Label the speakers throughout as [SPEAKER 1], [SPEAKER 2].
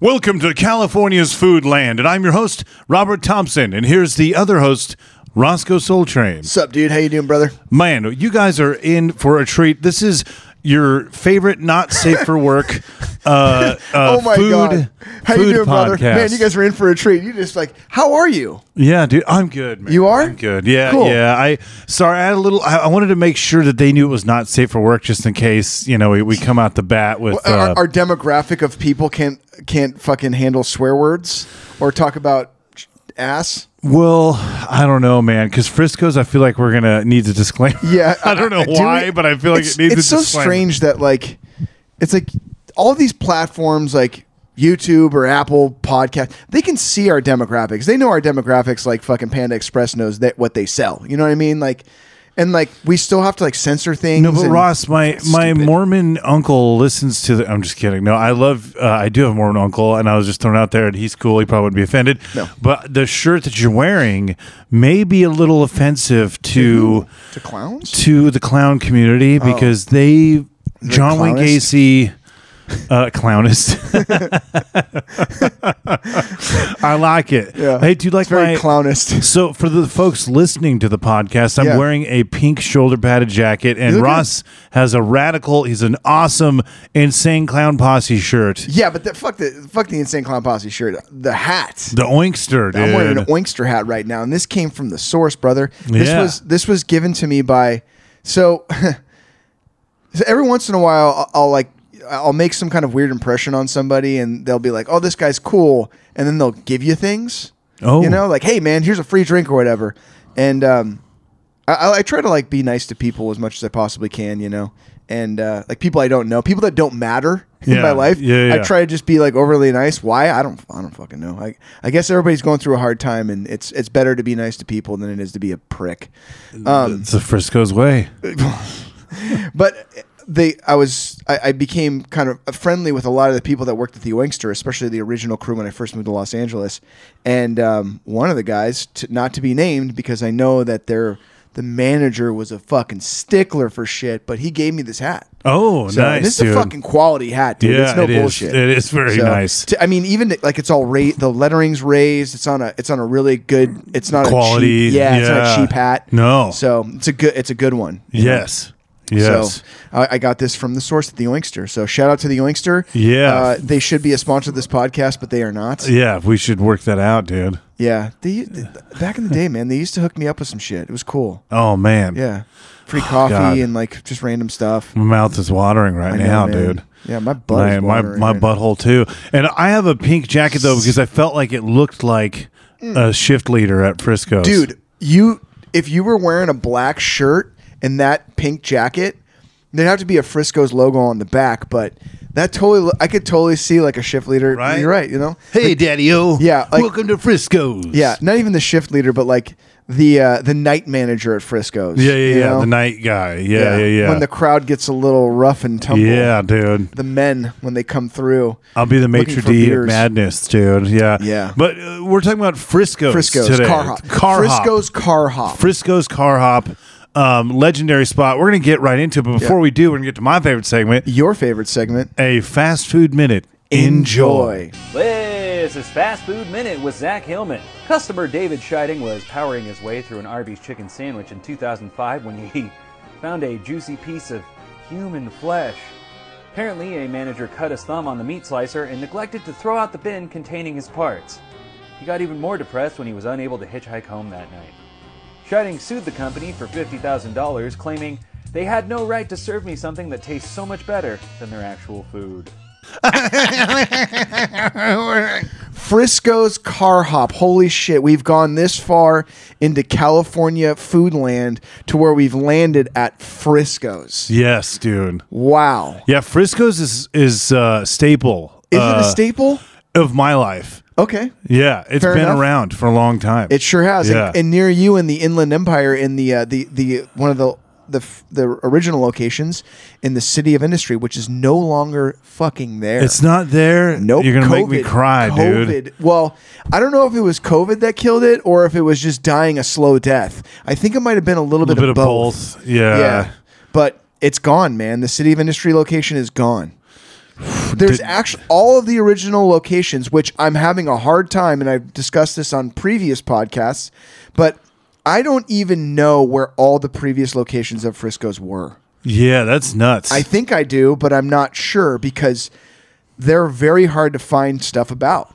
[SPEAKER 1] Welcome to California's Food Land, and I'm your host, Robert Thompson, and here's the other host, Roscoe Soul Train.
[SPEAKER 2] Sup, dude? How you doing, brother?
[SPEAKER 1] Man, you guys are in for a treat. This is your favorite not safe for work uh, uh,
[SPEAKER 2] oh my
[SPEAKER 1] food,
[SPEAKER 2] god, how
[SPEAKER 1] food
[SPEAKER 2] you doing, brother?
[SPEAKER 1] podcast.
[SPEAKER 2] Man, you guys are in for a treat. You just like, how are you?
[SPEAKER 1] Yeah, dude, I'm good, man.
[SPEAKER 2] You are?
[SPEAKER 1] I'm good. Yeah,
[SPEAKER 2] Cool.
[SPEAKER 1] yeah. I sorry, I had a little I, I wanted to make sure that they knew it was not safe for work just in case, you know, we, we come out the bat with uh,
[SPEAKER 2] our, our demographic of people can't can't fucking handle swear words or talk about ass.
[SPEAKER 1] Well, I don't know, man. Because Frisco's, I feel like we're gonna need a disclaimer.
[SPEAKER 2] Yeah,
[SPEAKER 1] I don't know
[SPEAKER 2] do
[SPEAKER 1] why,
[SPEAKER 2] we-
[SPEAKER 1] but I feel like
[SPEAKER 2] it's,
[SPEAKER 1] it needs.
[SPEAKER 2] It's
[SPEAKER 1] a
[SPEAKER 2] so
[SPEAKER 1] disclaimer.
[SPEAKER 2] strange that like, it's like all these platforms like YouTube or Apple Podcast, they can see our demographics. They know our demographics like fucking Panda Express knows that what they sell. You know what I mean? Like, and like we still have to like censor things.
[SPEAKER 1] No, but
[SPEAKER 2] and-
[SPEAKER 1] Ross, my my
[SPEAKER 2] Stupid.
[SPEAKER 1] Mormon uncle listens to the. I'm just kidding. No, I love. Uh, I do have a Mormon uncle, and I was just thrown out there, and he's cool. He probably wouldn't be offended.
[SPEAKER 2] No.
[SPEAKER 1] But the shirt that you're wearing may be a little offensive to
[SPEAKER 2] to clowns.
[SPEAKER 1] to the clown community
[SPEAKER 2] Oh.
[SPEAKER 1] because they John Wayne
[SPEAKER 2] clownist?
[SPEAKER 1] Gacy. Uh, clownist. I like it.
[SPEAKER 2] Yeah.
[SPEAKER 1] Hey, do you like
[SPEAKER 2] It's very
[SPEAKER 1] my
[SPEAKER 2] clownist.
[SPEAKER 1] So, for the folks listening to the podcast, I'm
[SPEAKER 2] Yeah.
[SPEAKER 1] wearing a pink shoulder padded jacket, and
[SPEAKER 2] look
[SPEAKER 1] Ross has a radical, he's an awesome, insane clown posse shirt.
[SPEAKER 2] Yeah, but the, fuck the fuck the insane clown posse shirt. The hat.
[SPEAKER 1] The Oinkster, dude.
[SPEAKER 2] I'm wearing an Oinkster hat right now, and this came from the source, brother. This
[SPEAKER 1] Yeah.
[SPEAKER 2] was this was given to me by. So, so every once in a while, I'll, I'll like I'll make some kind of weird impression on somebody, and they'll be like, "Oh, this guy's cool," and then they'll give you things.
[SPEAKER 1] Oh.
[SPEAKER 2] you know, like, "Hey, man, here's a free drink or whatever," and um, I- I, I try to like be nice to people as much as I possibly can, you know, and uh, like people I don't know, people that don't matter in
[SPEAKER 1] Yeah.
[SPEAKER 2] my life.
[SPEAKER 1] Yeah,
[SPEAKER 2] I
[SPEAKER 1] yeah.
[SPEAKER 2] try to just be like overly nice. Why? I don't. I don't fucking know. I, I guess everybody's going through a hard time, and it's it's better to be nice to people than it is to be a prick. Um,
[SPEAKER 1] it's the Frisco's way.
[SPEAKER 2] but they, I was, I, I became kind of friendly with a lot of the people that worked at the Wingster, especially the original crew when I first moved to Los Angeles. And um, one of the guys, t- not to be named, because I know that they're. The manager was a fucking stickler for shit, but he gave me this hat.
[SPEAKER 1] Oh,
[SPEAKER 2] So,
[SPEAKER 1] nice.
[SPEAKER 2] and this
[SPEAKER 1] dude.
[SPEAKER 2] is a fucking quality hat, dude.
[SPEAKER 1] Yeah,
[SPEAKER 2] it's no
[SPEAKER 1] it is.
[SPEAKER 2] bullshit.
[SPEAKER 1] It is very nice.
[SPEAKER 2] t- I mean, even th- like it's all ra- the lettering's raised. It's on a it's on a really good. It's not
[SPEAKER 1] Quality,
[SPEAKER 2] A cheap, yeah, it's not a
[SPEAKER 1] yeah.
[SPEAKER 2] cheap hat.
[SPEAKER 1] No.
[SPEAKER 2] So it's a good it's a good one.
[SPEAKER 1] yes. Yes.
[SPEAKER 2] So I, I got this from the source at the Oinkster. So shout out to the Oinkster.
[SPEAKER 1] Yeah. Uh,
[SPEAKER 2] Uh, they should be a sponsor of this podcast, but they are not.
[SPEAKER 1] yeah, we should work that out, dude.
[SPEAKER 2] Yeah. They, they- back in the day, man, they used to hook me up with some shit. It was cool.
[SPEAKER 1] Oh, man.
[SPEAKER 2] Yeah. Free coffee
[SPEAKER 1] Oh, God.
[SPEAKER 2] and like just random stuff.
[SPEAKER 1] My mouth is watering right
[SPEAKER 2] I know,
[SPEAKER 1] now,
[SPEAKER 2] man.
[SPEAKER 1] dude.
[SPEAKER 2] Yeah, my butt.
[SPEAKER 1] my
[SPEAKER 2] is
[SPEAKER 1] my,
[SPEAKER 2] watering
[SPEAKER 1] my
[SPEAKER 2] right
[SPEAKER 1] butthole too. And I have a pink jacket though because I felt like it looked like a shift leader at Frisco's.
[SPEAKER 2] Mm. dude you if you were wearing a black shirt and that pink jacket there'd have to be a frisco's logo on the back but that totally lo- i could totally see like a shift leader
[SPEAKER 1] Right?
[SPEAKER 2] you're right you know
[SPEAKER 1] hey Daddy O,
[SPEAKER 2] Yeah, like-
[SPEAKER 1] welcome to Frisco's.
[SPEAKER 2] yeah not even the shift leader but like the uh the night manager at frisco's
[SPEAKER 1] yeah, yeah,
[SPEAKER 2] you
[SPEAKER 1] yeah.
[SPEAKER 2] know?
[SPEAKER 1] The night guy. Yeah, yeah, yeah.
[SPEAKER 2] when the crowd gets a little rough and tumble
[SPEAKER 1] yeah, dude.
[SPEAKER 2] the men when they come through
[SPEAKER 1] I'll be the maitre
[SPEAKER 2] Looking for
[SPEAKER 1] d' of
[SPEAKER 2] beers.
[SPEAKER 1] madness, dude. Yeah,
[SPEAKER 2] Yeah.
[SPEAKER 1] But uh, we're talking about Frisco's,
[SPEAKER 2] frisco's
[SPEAKER 1] today.
[SPEAKER 2] car hop
[SPEAKER 1] Car hop.
[SPEAKER 2] frisco's car hop
[SPEAKER 1] Frisco's Car Hop, um, legendary spot. We're gonna get right into it, but before
[SPEAKER 2] Yeah.
[SPEAKER 1] we do, we're gonna get to my favorite segment,
[SPEAKER 2] your favorite segment
[SPEAKER 1] a fast food minute.
[SPEAKER 3] This is Fast Food Minute with Zach Hillman. Customer David Scheiding was powering his way through an Arby's chicken sandwich in 2005 when he found a juicy piece of human flesh. Apparently, a manager cut his thumb on the meat slicer and neglected to throw out the bin containing his parts. He got even more depressed when he was unable to hitchhike home that night. Scheiding sued the company for $50,000, claiming they had no right to serve me something that tastes so much better than their actual food.
[SPEAKER 2] Frisco's car hop. Holy shit, we've gone this far into California food land to where we've landed at Frisco's.
[SPEAKER 1] Yes, dude.
[SPEAKER 2] Wow.
[SPEAKER 1] Yeah, Frisco's is is uh, staple.
[SPEAKER 2] Is
[SPEAKER 1] uh,
[SPEAKER 2] it a staple?
[SPEAKER 1] of my life?
[SPEAKER 2] Okay.
[SPEAKER 1] Yeah, it's
[SPEAKER 2] Fair
[SPEAKER 1] been
[SPEAKER 2] enough.
[SPEAKER 1] around for a long time.
[SPEAKER 2] It sure has.
[SPEAKER 1] Yeah.
[SPEAKER 2] And, and near you in the Inland Empire in the uh, the the one of the the f- the original locations in the city of industry which is no longer fucking there.
[SPEAKER 1] it's not there.
[SPEAKER 2] Nope.
[SPEAKER 1] you're gonna make me
[SPEAKER 2] COVID.
[SPEAKER 1] cry,
[SPEAKER 2] COVID.
[SPEAKER 1] dude.
[SPEAKER 2] Well, I don't know if it was COVID that killed it or if it was just dying a slow death. I think it might have been a little,
[SPEAKER 1] A little bit of
[SPEAKER 2] both.
[SPEAKER 1] both. Yeah.
[SPEAKER 2] Yeah. But it's gone, man. The City of Industry location is gone. There's
[SPEAKER 1] Did-
[SPEAKER 2] actually all of the original locations, which I'm having a hard time, and I've discussed this on previous podcasts, but I don't even know where all the previous locations of Frisco's were.
[SPEAKER 1] Yeah, that's nuts.
[SPEAKER 2] I think I do, but I'm not sure because they're very hard to find stuff about.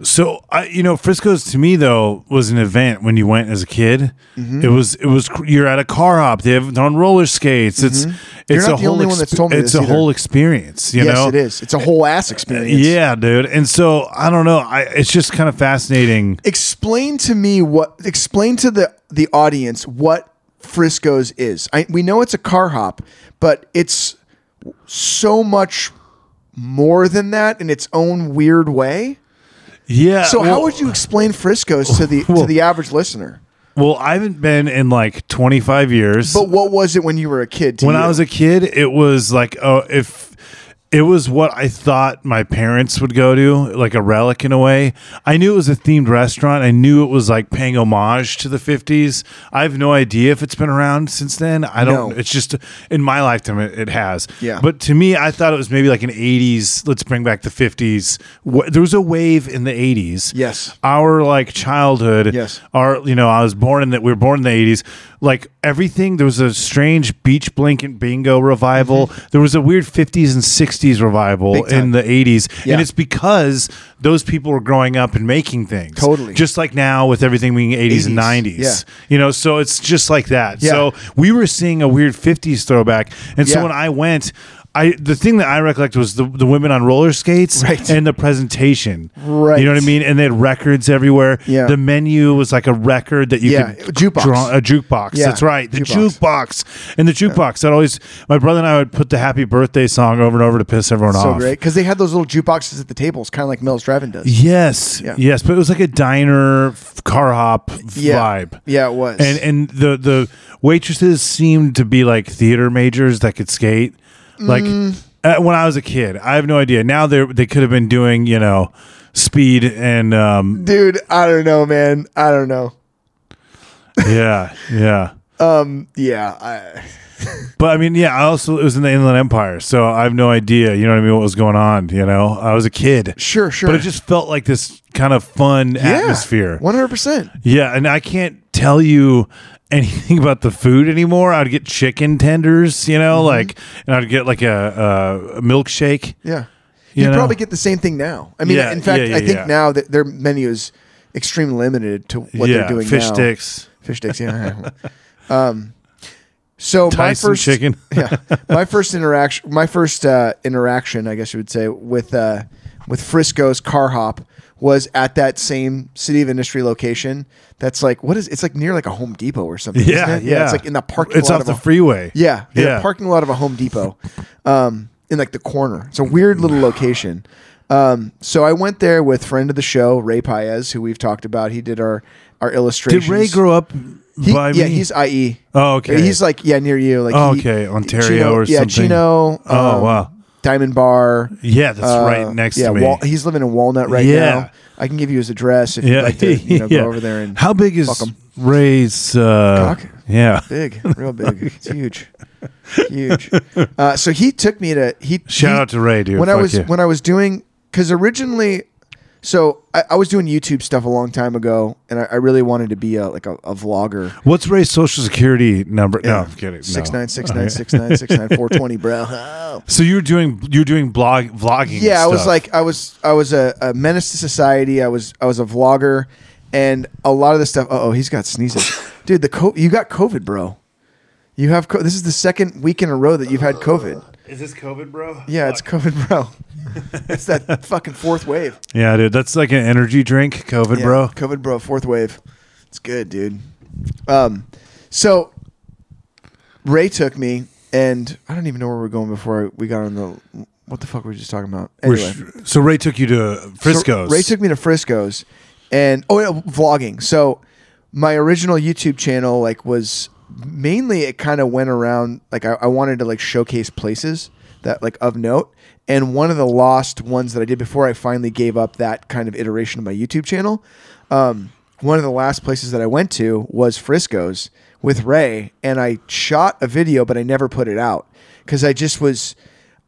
[SPEAKER 1] So I, you know, Frisco's to me though was an event when you went as a kid.
[SPEAKER 2] Mm-hmm.
[SPEAKER 1] It was, it was. cr- You're at a car hop. They have they're on roller skates. It's,
[SPEAKER 2] Mm-hmm. You're
[SPEAKER 1] it's
[SPEAKER 2] not
[SPEAKER 1] a
[SPEAKER 2] the
[SPEAKER 1] whole.
[SPEAKER 2] only one that's told me
[SPEAKER 1] it's
[SPEAKER 2] this
[SPEAKER 1] a
[SPEAKER 2] either.
[SPEAKER 1] whole experience. You
[SPEAKER 2] yes,
[SPEAKER 1] know,
[SPEAKER 2] it is. It's a whole ass experience.
[SPEAKER 1] Yeah, dude. And so I don't know. I it's just kind of fascinating.
[SPEAKER 2] explain to me what explain to the the audience what Frisco's is. I, we know it's a car hop, but it's so much more than that in its own weird way.
[SPEAKER 1] Yeah.
[SPEAKER 2] So how
[SPEAKER 1] well-
[SPEAKER 2] would you explain Frisco's to the to
[SPEAKER 1] Well-
[SPEAKER 2] the average listener?
[SPEAKER 1] Well, I haven't been in like 25 years.
[SPEAKER 2] But what was it when you were a kid? To
[SPEAKER 1] when
[SPEAKER 2] you?
[SPEAKER 1] I was a kid, it was like oh, if it was what I thought my parents would go to, like a relic in a way. I knew it was a themed restaurant. I knew it was like paying homage to the 50s. I have no idea if it's been around since then. I don't.
[SPEAKER 2] No.
[SPEAKER 1] It's just in my lifetime it, it has.
[SPEAKER 2] Yeah.
[SPEAKER 1] But to me, I thought it was maybe like an 80s. Let's bring back the 50s. Wh- There was a wave in the 80s.
[SPEAKER 2] Yes.
[SPEAKER 1] Our like childhood
[SPEAKER 2] Yes.
[SPEAKER 1] our you know i was born in that we were born in the 80s like everything there was a strange beach blanket bingo revival there was a weird 50s and 60s revival
[SPEAKER 2] Mm-hmm. Big time.
[SPEAKER 1] in the 80s
[SPEAKER 2] Yeah.
[SPEAKER 1] and it's because those people were growing up and making things
[SPEAKER 2] Totally.
[SPEAKER 1] just like now with everything being 80s, and
[SPEAKER 2] 80s,
[SPEAKER 1] 90s
[SPEAKER 2] yeah.
[SPEAKER 1] you know so it's just like that
[SPEAKER 2] Yeah.
[SPEAKER 1] so we were seeing a weird 50s throwback and
[SPEAKER 2] Yeah.
[SPEAKER 1] so when i went I, the thing that I recollect was the, the women on roller skates
[SPEAKER 2] Right.
[SPEAKER 1] and the presentation.
[SPEAKER 2] Right.
[SPEAKER 1] You know what I mean? And they had records everywhere.
[SPEAKER 2] Yeah.
[SPEAKER 1] The menu was like a record that you
[SPEAKER 2] Yeah,
[SPEAKER 1] could
[SPEAKER 2] jukebox.
[SPEAKER 1] draw a jukebox.
[SPEAKER 2] Yeah,
[SPEAKER 1] That's right. The
[SPEAKER 2] jukebox.
[SPEAKER 1] jukebox. And the jukebox. That always my brother and I would put the happy birthday song over and over to piss everyone
[SPEAKER 2] so
[SPEAKER 1] off.
[SPEAKER 2] great because they had those little jukeboxes at the tables, kind of like Mills Draven does.
[SPEAKER 1] Yes.
[SPEAKER 2] Yeah.
[SPEAKER 1] Yes, but it was like a diner f- car hop f-
[SPEAKER 2] Yeah.
[SPEAKER 1] vibe.
[SPEAKER 2] Yeah, it was.
[SPEAKER 1] And and the the waitresses seemed to be like theater majors that could skate. Like
[SPEAKER 2] Mm.
[SPEAKER 1] uh, when I was a kid, I have no idea. Now they they could have been doing, you know, speed and um
[SPEAKER 2] Dude, I don't know, man. I don't know.
[SPEAKER 1] yeah, yeah.
[SPEAKER 2] Yeah, I,
[SPEAKER 1] But I mean, yeah, I also it was in the Inland Empire, so I have no idea. You know what I mean? What was going on? You know, I was a kid,
[SPEAKER 2] sure, sure.
[SPEAKER 1] but it just felt like this kind of fun atmosphere.
[SPEAKER 2] One hundred percent.
[SPEAKER 1] Yeah, and I can't tell you anything about the food anymore. I'd get chicken tenders, you
[SPEAKER 2] Mm-hmm.
[SPEAKER 1] know, like, and I'd get like a, a milkshake.
[SPEAKER 2] Yeah.
[SPEAKER 1] You
[SPEAKER 2] You'd
[SPEAKER 1] know?
[SPEAKER 2] probably get the same thing now. I mean,
[SPEAKER 1] Yeah,
[SPEAKER 2] in fact,
[SPEAKER 1] yeah, yeah,
[SPEAKER 2] I think
[SPEAKER 1] yeah.
[SPEAKER 2] now that their menu is extremely limited to what
[SPEAKER 1] yeah,
[SPEAKER 2] they're doing
[SPEAKER 1] fish
[SPEAKER 2] now.
[SPEAKER 1] sticks,
[SPEAKER 2] Fish sticks, yeah. um, so
[SPEAKER 1] Tyson
[SPEAKER 2] my first
[SPEAKER 1] chicken.
[SPEAKER 2] yeah, my first interaction, my first uh, interaction, I guess you would say, with uh, with Frisco's car hop was at that same city of industry location. That's like what is? It's like near like a Home Depot or something. isn't
[SPEAKER 1] yeah, yeah,
[SPEAKER 2] it? It's like in the parking.
[SPEAKER 1] It's
[SPEAKER 2] lot
[SPEAKER 1] off
[SPEAKER 2] of
[SPEAKER 1] the
[SPEAKER 2] a-
[SPEAKER 1] freeway.
[SPEAKER 2] yeah, in
[SPEAKER 1] yeah.
[SPEAKER 2] a parking lot of a Home Depot, um, in like the corner. It's a weird little location. Um, so I went there with friend of the show Ray Paez, who we've talked about. He did our our illustrations.
[SPEAKER 1] Did Ray grow up
[SPEAKER 2] He-
[SPEAKER 1] by
[SPEAKER 2] yeah,
[SPEAKER 1] me?
[SPEAKER 2] he's IE.
[SPEAKER 1] Oh, okay.
[SPEAKER 2] He's like yeah, near you. Like
[SPEAKER 1] Oh,
[SPEAKER 2] he-
[SPEAKER 1] okay, Ontario
[SPEAKER 2] Chino-
[SPEAKER 1] or
[SPEAKER 2] yeah,
[SPEAKER 1] something.
[SPEAKER 2] Chino. Um,
[SPEAKER 1] Oh, wow.
[SPEAKER 2] Diamond Bar.
[SPEAKER 1] yeah, that's
[SPEAKER 2] uh,
[SPEAKER 1] right next
[SPEAKER 2] yeah,
[SPEAKER 1] to me.
[SPEAKER 2] Wal- he's living in Walnut right
[SPEAKER 1] Yeah.
[SPEAKER 2] now. I can give you his address if
[SPEAKER 1] yeah,
[SPEAKER 2] you'd like to you know, go over there and
[SPEAKER 1] how big is
[SPEAKER 2] fuck 'em.
[SPEAKER 1] Ray's? Uh,
[SPEAKER 2] Cock?
[SPEAKER 1] Yeah,
[SPEAKER 2] big, real big. It's huge, huge. Uh, so he took me to he.
[SPEAKER 1] Shout
[SPEAKER 2] he-
[SPEAKER 1] out to Ray, dude.
[SPEAKER 2] When I
[SPEAKER 1] Fuck
[SPEAKER 2] was
[SPEAKER 1] yeah.
[SPEAKER 2] when I was doing because originally, so I, I was doing YouTube stuff a long time ago, and I, I really wanted to be a like a, a vlogger.
[SPEAKER 1] What's Ray's social security number? No, I'm kidding.
[SPEAKER 2] Six
[SPEAKER 1] no.
[SPEAKER 2] nine six nine six nine six nine four twenty, bro. Oh.
[SPEAKER 1] So you're doing you're doing blog vlogging.
[SPEAKER 2] Yeah, I was
[SPEAKER 1] stuff.
[SPEAKER 2] like, I was, I was a, a menace to society. I was, I was a vlogger, and a lot of the stuff. Oh, he's got sneezes, dude. The co- you got COVID, bro. You have co- this is the second week in a row that you've had COVID.
[SPEAKER 1] Is this COVID, bro?
[SPEAKER 2] Yeah, it's COVID, bro. it's that fucking fourth wave.
[SPEAKER 1] Yeah, dude. That's like an energy drink, COVID,
[SPEAKER 2] Yeah,
[SPEAKER 1] bro.
[SPEAKER 2] COVID, bro. Fourth wave. It's good, dude. Um, so Ray took me, and I don't even know where we we're going before we got on the. What the fuck were we just talking about?
[SPEAKER 1] We're
[SPEAKER 2] Anyway,
[SPEAKER 1] sh- So Ray took you to Frisco's.
[SPEAKER 2] So Ray took me to Frisco's, and oh, yeah, vlogging. So my original YouTube channel like was mainly it kind of went around like I, I wanted to like showcase places that like of note. And one of the lost ones that I did before I finally gave up that kind of iteration of my YouTube channel. Um, one of the last places that I went to was Frisco's with Ray, and I shot a video, but I never put it out because I just was.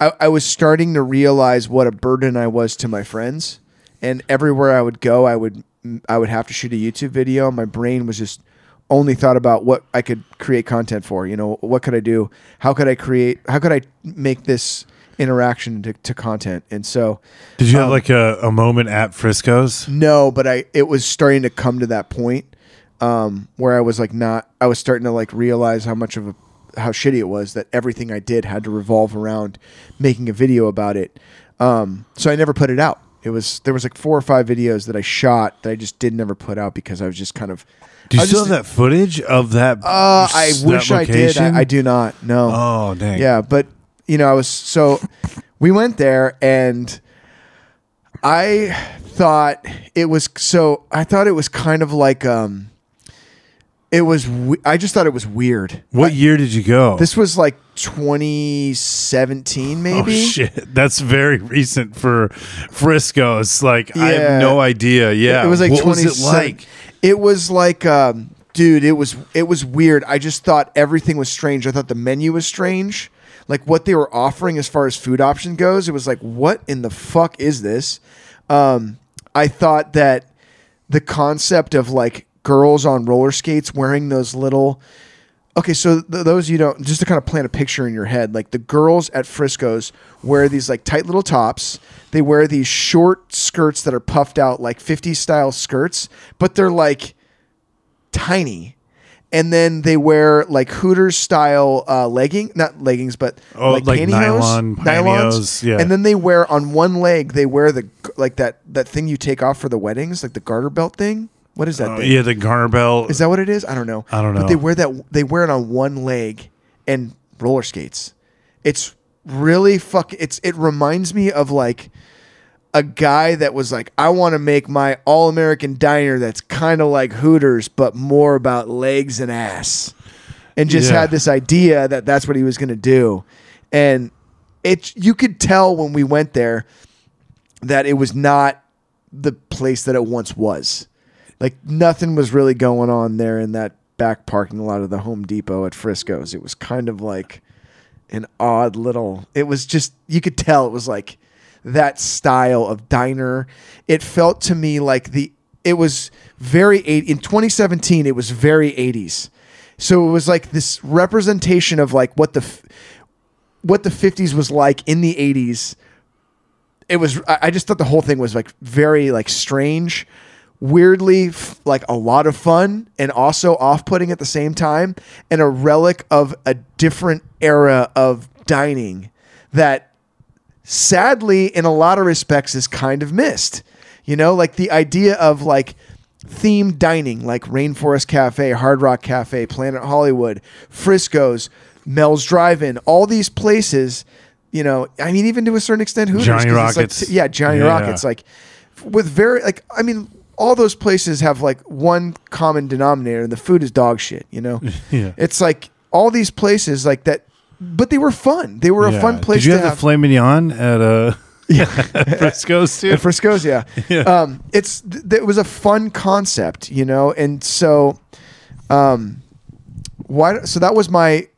[SPEAKER 2] I, I was starting to realize what a burden I was to my friends, and everywhere I would go, I would I would have to shoot a YouTube video. My brain was just only thought about what I could create content for. You know, what could I do? How could I create? How could I make this interaction to, to content? And so,
[SPEAKER 1] Did you
[SPEAKER 2] um,
[SPEAKER 1] have like a, a moment at Frisco's?
[SPEAKER 2] no, but I it was starting to come to that point um, where I was like not I was starting to like realize how much of a how shitty it was that everything I did had to revolve around making a video about it. Um, so I never put it out. It was there was like four or five videos that I shot that I just did never put out because I was just kind of.
[SPEAKER 1] Do you
[SPEAKER 2] I was
[SPEAKER 1] still
[SPEAKER 2] just-
[SPEAKER 1] have that footage of that?
[SPEAKER 2] uh, I
[SPEAKER 1] that
[SPEAKER 2] wish I did.
[SPEAKER 1] location?
[SPEAKER 2] I, I do not. No.
[SPEAKER 1] Oh, dang.
[SPEAKER 2] Yeah, but you know, I was so we went there and I thought it was so I thought it was kind of like um it was we- I just thought it was weird.
[SPEAKER 1] What year did you go?
[SPEAKER 2] This was like 2017
[SPEAKER 1] Oh
[SPEAKER 2] maybe.
[SPEAKER 1] shit! That's very recent for Frisco's. Like I
[SPEAKER 2] Yeah.
[SPEAKER 1] have no idea. Yeah,
[SPEAKER 2] It was like
[SPEAKER 1] what was
[SPEAKER 2] 20
[SPEAKER 1] it like?
[SPEAKER 2] It was like um dude, it was it was weird. I just thought everything was strange. I thought the menu was strange. Like what they were offering as far as food option goes, it was like what in the fuck is this? Um I thought that the concept of like girls on roller skates wearing those little Okay, so th- those you don't just to kind of plant a picture in your head, like the girls at Frisco's wear these like tight little tops. They wear these short skirts that are puffed out like 50 style skirts, but they're like tiny. And then they wear like Hooters style uh, legging, not leggings, but
[SPEAKER 1] Oh, like nylon
[SPEAKER 2] nylons.
[SPEAKER 1] pantyhose, yeah.
[SPEAKER 2] And then they wear on one leg, they wear the like that that thing you take off for the weddings, like the garter belt thing. What is that?
[SPEAKER 1] Oh,
[SPEAKER 2] thing?
[SPEAKER 1] yeah, the Garner Belt.
[SPEAKER 2] Is that what it is? I don't know.
[SPEAKER 1] I don't
[SPEAKER 2] But
[SPEAKER 1] know.
[SPEAKER 2] they wear that. They wear it on one leg and roller skates. It's really fuck. It's it reminds me of like a guy that was like, I want to make my all American diner that's kind of like Hooters but more about legs and ass, and just
[SPEAKER 1] Yeah.
[SPEAKER 2] had this idea that that's what he was gonna do, and it you could tell when we went there that it was not the place that it once was. Like nothing was really going on there in that back parking lot of the Home Depot at Frisco's. It was kind of like an odd little. It was just you could tell it was like that style of diner. It felt to me like the it was very eight in 2017. It was very 80s. So it was like this representation of like what the f- what the 50s was like in the 80s it was i I just thought the whole thing was like very like strange weirdly f- like a lot of fun and also off-putting at the same time and a relic of a different era of dining that sadly in a lot of respects is kind of missed you know like the idea of like themed dining like rainforest cafe hard rock cafe planet hollywood frisco's mel's drive-in all these places you know i mean even to a certain extent Hooters,
[SPEAKER 1] Johnny
[SPEAKER 2] 'cause it's like
[SPEAKER 1] Rockets.
[SPEAKER 2] t- yeah johnny
[SPEAKER 1] Yeah.
[SPEAKER 2] rockets like f- with very like i mean all those places have like one common denominator and the food is dog shit you know
[SPEAKER 1] Yeah.
[SPEAKER 2] it's like all these places like that but they were fun they were a
[SPEAKER 1] Yeah.
[SPEAKER 2] fun place
[SPEAKER 1] Did you
[SPEAKER 2] to
[SPEAKER 1] have,
[SPEAKER 2] have
[SPEAKER 1] the filet mignon at uh, Frisco's too?
[SPEAKER 2] at Frisco's, yeah.
[SPEAKER 1] Yeah.
[SPEAKER 2] Um, it's th- it was a fun concept, you know, and so, um, why? So that was my.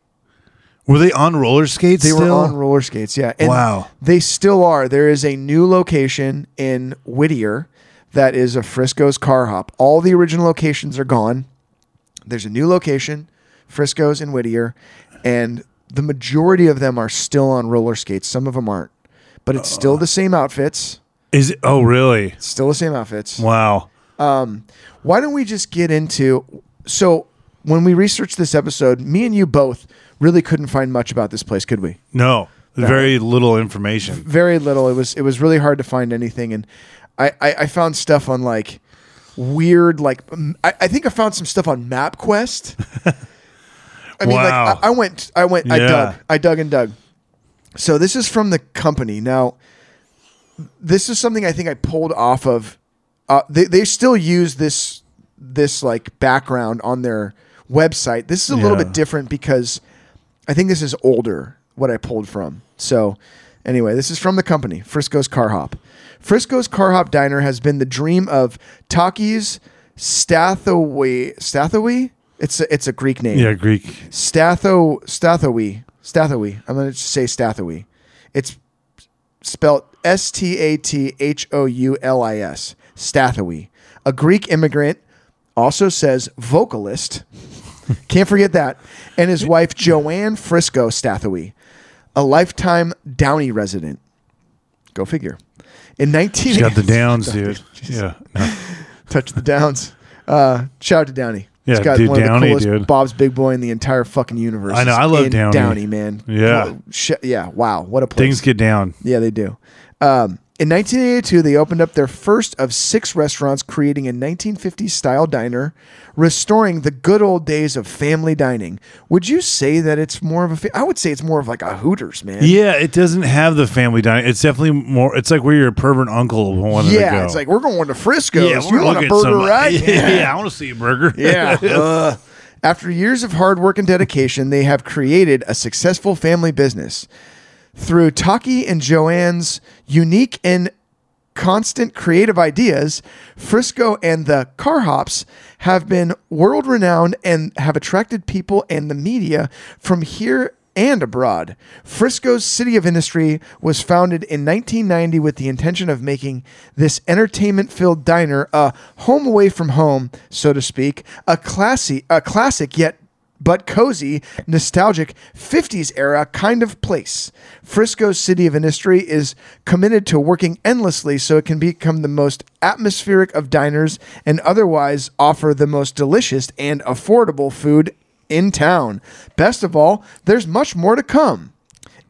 [SPEAKER 1] Were they on roller skates?
[SPEAKER 2] They were
[SPEAKER 1] still?
[SPEAKER 2] on roller skates, yeah. And
[SPEAKER 1] Wow.
[SPEAKER 2] They still are. There is a new location in Whittier that is a Frisco's car hop. All the original locations are gone. There's a new location, Frisco's in Whittier, and the majority of them are still on roller skates. Some of them aren't, but it's
[SPEAKER 1] Uh.
[SPEAKER 2] still the same outfits.
[SPEAKER 1] Is it, oh really?
[SPEAKER 2] Still the same outfits.
[SPEAKER 1] Wow.
[SPEAKER 2] why don't we just get into so when we researched this episode me and you both really couldn't find much about this place could we
[SPEAKER 1] No, very little information.
[SPEAKER 2] very little it was it was really hard to find anything and i i, I found stuff on like weird like m- I, I think i found some stuff on mapquest i mean
[SPEAKER 1] Wow.
[SPEAKER 2] like I, I went i went i
[SPEAKER 1] Yeah.
[SPEAKER 2] dug i dug and dug so this is from the company now this is something I think I pulled off of. Uh, they they still use this this like background on their website. This is a little
[SPEAKER 1] Yeah.
[SPEAKER 2] bit different because I think this is older. What I pulled from. So anyway, this is from the company Frisco's Car Hop. Frisco's Car Hop Diner has been the dream of Takis Stathowee. Stathowee. It's a, it's a Greek name.
[SPEAKER 1] Yeah, Greek.
[SPEAKER 2] Statho Stathoe Stathoe. I'm going to say Stathoe. It's spelled S T A T H O U L I S, Stathoui. A Greek immigrant also says vocalist. Can't forget that. And his wife, Joanne Frisco Stathoui, a lifetime Downey resident. Go figure. In 19
[SPEAKER 1] He's got the downs, dude. Yeah. No.
[SPEAKER 2] touch the downs. Uh, shout out to Downey.
[SPEAKER 1] Yeah,
[SPEAKER 2] He's got
[SPEAKER 1] dude,
[SPEAKER 2] one of
[SPEAKER 1] Downey,
[SPEAKER 2] the coolest
[SPEAKER 1] dude.
[SPEAKER 2] Bob's Big Boy in the entire fucking universe.
[SPEAKER 1] I know,
[SPEAKER 2] is
[SPEAKER 1] I love
[SPEAKER 2] in
[SPEAKER 1] Downey.
[SPEAKER 2] Downey, man.
[SPEAKER 1] Yeah.
[SPEAKER 2] Cool. Sh- yeah. Wow. What a place.
[SPEAKER 1] Things get down.
[SPEAKER 2] Yeah, they do. Um, in 1982, they opened up their first of six restaurants, creating a 1950s style diner, restoring the good old days of family dining. Would you say that it's more of a? Fa- I would say it's more of like a Hooters, man.
[SPEAKER 1] Yeah, it doesn't have the family dining. It's definitely more. It's like where your pervert uncle wanted to go.
[SPEAKER 2] Yeah, it's like we're going to Frisco's.
[SPEAKER 1] yeah,
[SPEAKER 2] you want a
[SPEAKER 1] looking
[SPEAKER 2] burger,
[SPEAKER 1] somebody-
[SPEAKER 2] right?
[SPEAKER 1] Yeah, I want to see a burger.
[SPEAKER 2] Yeah. Ugh. After years of hard work and dedication, they have created a successful family business. Through Taki and Joanne's unique and constant creative ideas, Frisco and the Car Hops have been world renowned and have attracted people and the media from here and abroad. Frisco's City of Industry was founded in 1990 with the intention of making this entertainment filled diner a home away from home, so to speak, a classy a classic yet but cozy, nostalgic 50s era kind of place. Frisco's City of Industry is committed to working endlessly so it can become the most atmospheric of diners and otherwise offer the most delicious and affordable food in town. Best of all, there's much more to come.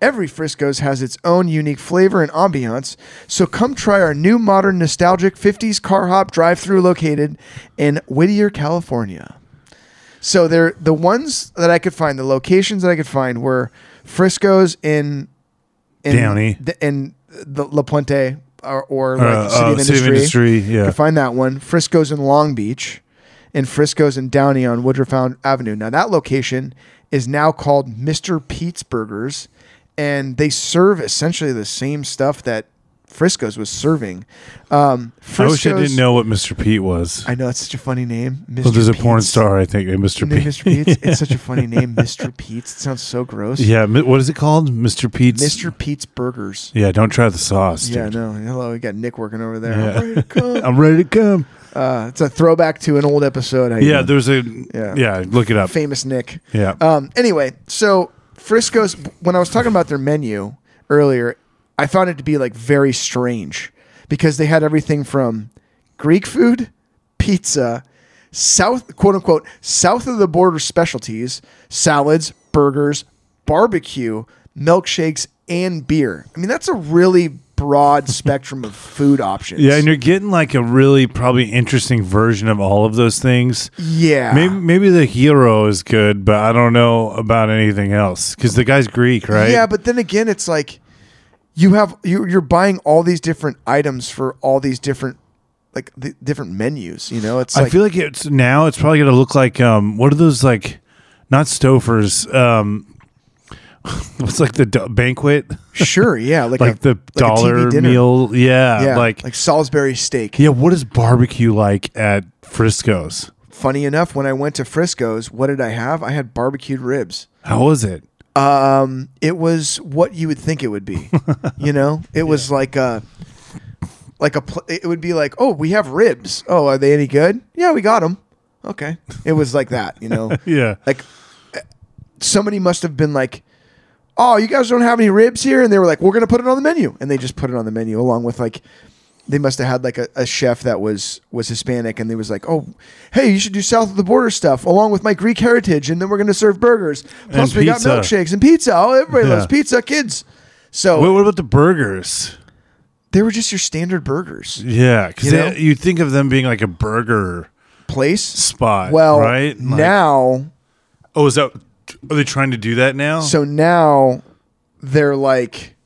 [SPEAKER 2] Every Frisco's has its own unique flavor and ambiance, so come try our new modern nostalgic 50s car hop drive-through located in Whittier, California. So they're the ones that I could find, the locations that I could find were Frisco's in, in
[SPEAKER 1] Downey.
[SPEAKER 2] th- in the La Puente or, or like
[SPEAKER 1] Uh,
[SPEAKER 2] City,
[SPEAKER 1] uh,
[SPEAKER 2] of
[SPEAKER 1] City of
[SPEAKER 2] Industry.
[SPEAKER 1] Industry, yeah.
[SPEAKER 2] Could find that one. Frisco's in Long Beach, and Frisco's in Downey on Woodruff Ave- Avenue. Now that location is now called Mr. Pete's Burgers, and they serve essentially the same stuff that Frisco's was serving. Um,
[SPEAKER 1] I wish I
[SPEAKER 2] Frisco's-
[SPEAKER 1] didn't know what Mr. Pete was.
[SPEAKER 2] I know it's such a funny name. Mr.
[SPEAKER 1] Well, there's a porn
[SPEAKER 2] Pete's.
[SPEAKER 1] star, I think, named Mr.
[SPEAKER 2] Name
[SPEAKER 1] Pete.
[SPEAKER 2] Mr. Pete's. It's such a funny name, Mr. Pete's. It sounds so gross.
[SPEAKER 1] Yeah, mi- what is it called? Mr. Pete's.
[SPEAKER 2] Mr. Pete's Burgers.
[SPEAKER 1] Yeah, don't try the sauce.
[SPEAKER 2] Yeah,
[SPEAKER 1] dude.
[SPEAKER 2] no. Hello, we got Nick working over there.
[SPEAKER 1] Yeah.
[SPEAKER 2] I'm ready to come.
[SPEAKER 1] I'm ready to come.
[SPEAKER 2] Uh, it's a throwback to an old episode. I
[SPEAKER 1] Yeah, there's a.
[SPEAKER 2] Yeah.
[SPEAKER 1] Yeah, look it up.
[SPEAKER 2] famous Nick.
[SPEAKER 1] Yeah.
[SPEAKER 2] Um, anyway, so Frisco's. When I was talking about their menu earlier, I found it to be like very strange because they had everything from Greek food, pizza, south quote unquote south of the border specialties, salads, burgers, barbecue, milkshakes, and beer. I mean, that's a really broad spectrum of food options.
[SPEAKER 1] yeah, and you're getting like a really probably interesting version of all of those things.
[SPEAKER 2] yeah.
[SPEAKER 1] Maybe maybe the hero is good, but I don't know about anything else because the guy's Greek, right?
[SPEAKER 2] Yeah, but then again, it's like you have you you're buying all these different items for all these different like the different menus. You know, it's
[SPEAKER 1] I
[SPEAKER 2] like
[SPEAKER 1] feel like it's now it's probably gonna look like um what are those like not Stofers um what's like the do- banquet
[SPEAKER 2] sure, yeah, like
[SPEAKER 1] like
[SPEAKER 2] a-
[SPEAKER 1] the
[SPEAKER 2] like a TV
[SPEAKER 1] dollar
[SPEAKER 2] dinner.
[SPEAKER 1] meal yeah,
[SPEAKER 2] yeah,
[SPEAKER 1] like,
[SPEAKER 2] like Salisbury steak.
[SPEAKER 1] yeah what is barbecue like at Frisco's
[SPEAKER 2] Funny enough, when I went to Frisco's, what did I have? I had barbecued ribs. Um,
[SPEAKER 1] how was it
[SPEAKER 2] It was what you would think it would be. you know, it was like a like a pl- it would be like, oh, we have ribs. Oh, are they any good? Yeah, we got them. Okay, it was like that. You know,
[SPEAKER 1] yeah
[SPEAKER 2] like eh, somebody must have been like oh you guys don't have any ribs here and they were like we're gonna put it on the menu and they just put it on the menu along with like they must have had like a, a chef that was was hispanic and they was like oh hey you should do south of the border stuff along with my greek heritage and then we're gonna serve burgers plus
[SPEAKER 1] And
[SPEAKER 2] we
[SPEAKER 1] pizza.
[SPEAKER 2] got milkshakes and pizza oh everybody
[SPEAKER 1] Yeah.
[SPEAKER 2] loves pizza kids so
[SPEAKER 1] Wait, what about the burgers
[SPEAKER 2] they were just your standard burgers
[SPEAKER 1] yeah because
[SPEAKER 2] You
[SPEAKER 1] you,
[SPEAKER 2] know?
[SPEAKER 1] think of them being like a burger
[SPEAKER 2] place
[SPEAKER 1] spot
[SPEAKER 2] well
[SPEAKER 1] right Like-
[SPEAKER 2] now
[SPEAKER 1] oh is that are they trying to do that now
[SPEAKER 2] So now they're like,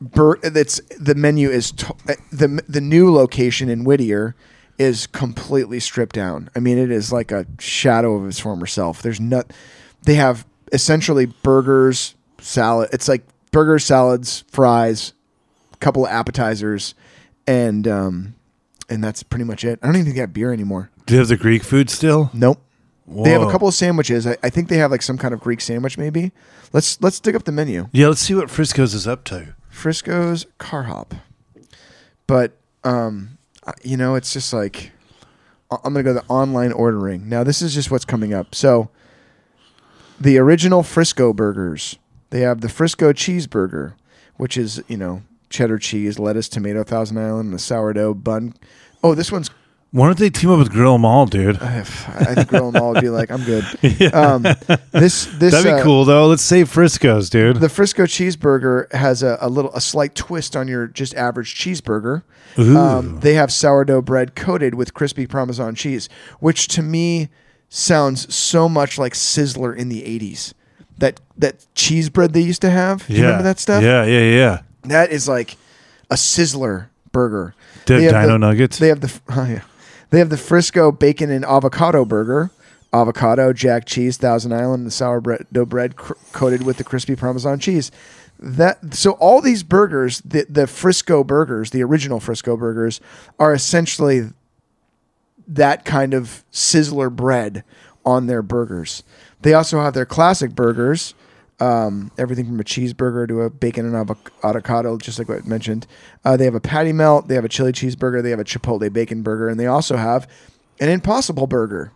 [SPEAKER 2] bur- it's the menu is t- the the new location in Whittier is completely stripped down. I mean, it is like a shadow of its former self. There's not. They have essentially burgers, salad. It's like burgers, salads, fries, a couple of appetizers, and um, and that's pretty much it. I don't even think they have beer anymore.
[SPEAKER 1] do they have the Greek food still
[SPEAKER 2] Nope. They have a
[SPEAKER 1] Whoa.
[SPEAKER 2] couple of sandwiches. I, I think they have like some kind of Greek sandwich, maybe. Let's let's dig up the menu.
[SPEAKER 1] Yeah, let's see what Frisco's is up to.
[SPEAKER 2] Frisco's car hop, but um, uh, you know, it's just like I- I'm gonna go to the online ordering. Now this is just what's coming up. So the original Frisco burgers. They have the Frisco cheeseburger, which is you know cheddar cheese, lettuce, tomato, Thousand Island, and a sourdough bun. Oh, this one's
[SPEAKER 1] Why don't they team up with Grill 'Em All, dude?
[SPEAKER 2] I I think Grill 'Em All would be like, I'm good. Um, this this
[SPEAKER 1] That'd be
[SPEAKER 2] uh,
[SPEAKER 1] cool though. Let's save Frisco's, dude.
[SPEAKER 2] The Frisco cheeseburger has a, a little a slight twist on your just average cheeseburger.
[SPEAKER 1] Ooh.
[SPEAKER 2] Um, they have sourdough bread coated with crispy Parmesan cheese, which to me sounds so much like Sizzler in the '80s. That that cheese bread they used to have. Do
[SPEAKER 1] yeah.
[SPEAKER 2] you remember that stuff?
[SPEAKER 1] Yeah, yeah, yeah.
[SPEAKER 2] That is like a Sizzler burger.
[SPEAKER 1] They have
[SPEAKER 2] have
[SPEAKER 1] dino
[SPEAKER 2] the-
[SPEAKER 1] nuggets?
[SPEAKER 2] They have the oh yeah. They have the Frisco bacon and avocado burger. Avocado, jack cheese, Thousand Island, and sour bread, dough bread cr- coated with the crispy Parmesan cheese. That so all these burgers, the the Frisco burgers, the original Frisco burgers, are essentially that kind of sizzler bread on their burgers. They also have their classic burgers, um, everything from a cheeseburger to a bacon and avo- avocado, just like what I mentioned. Uh, they have a patty melt, they have a chili cheeseburger, they have a chipotle bacon burger, and they also have an impossible burger.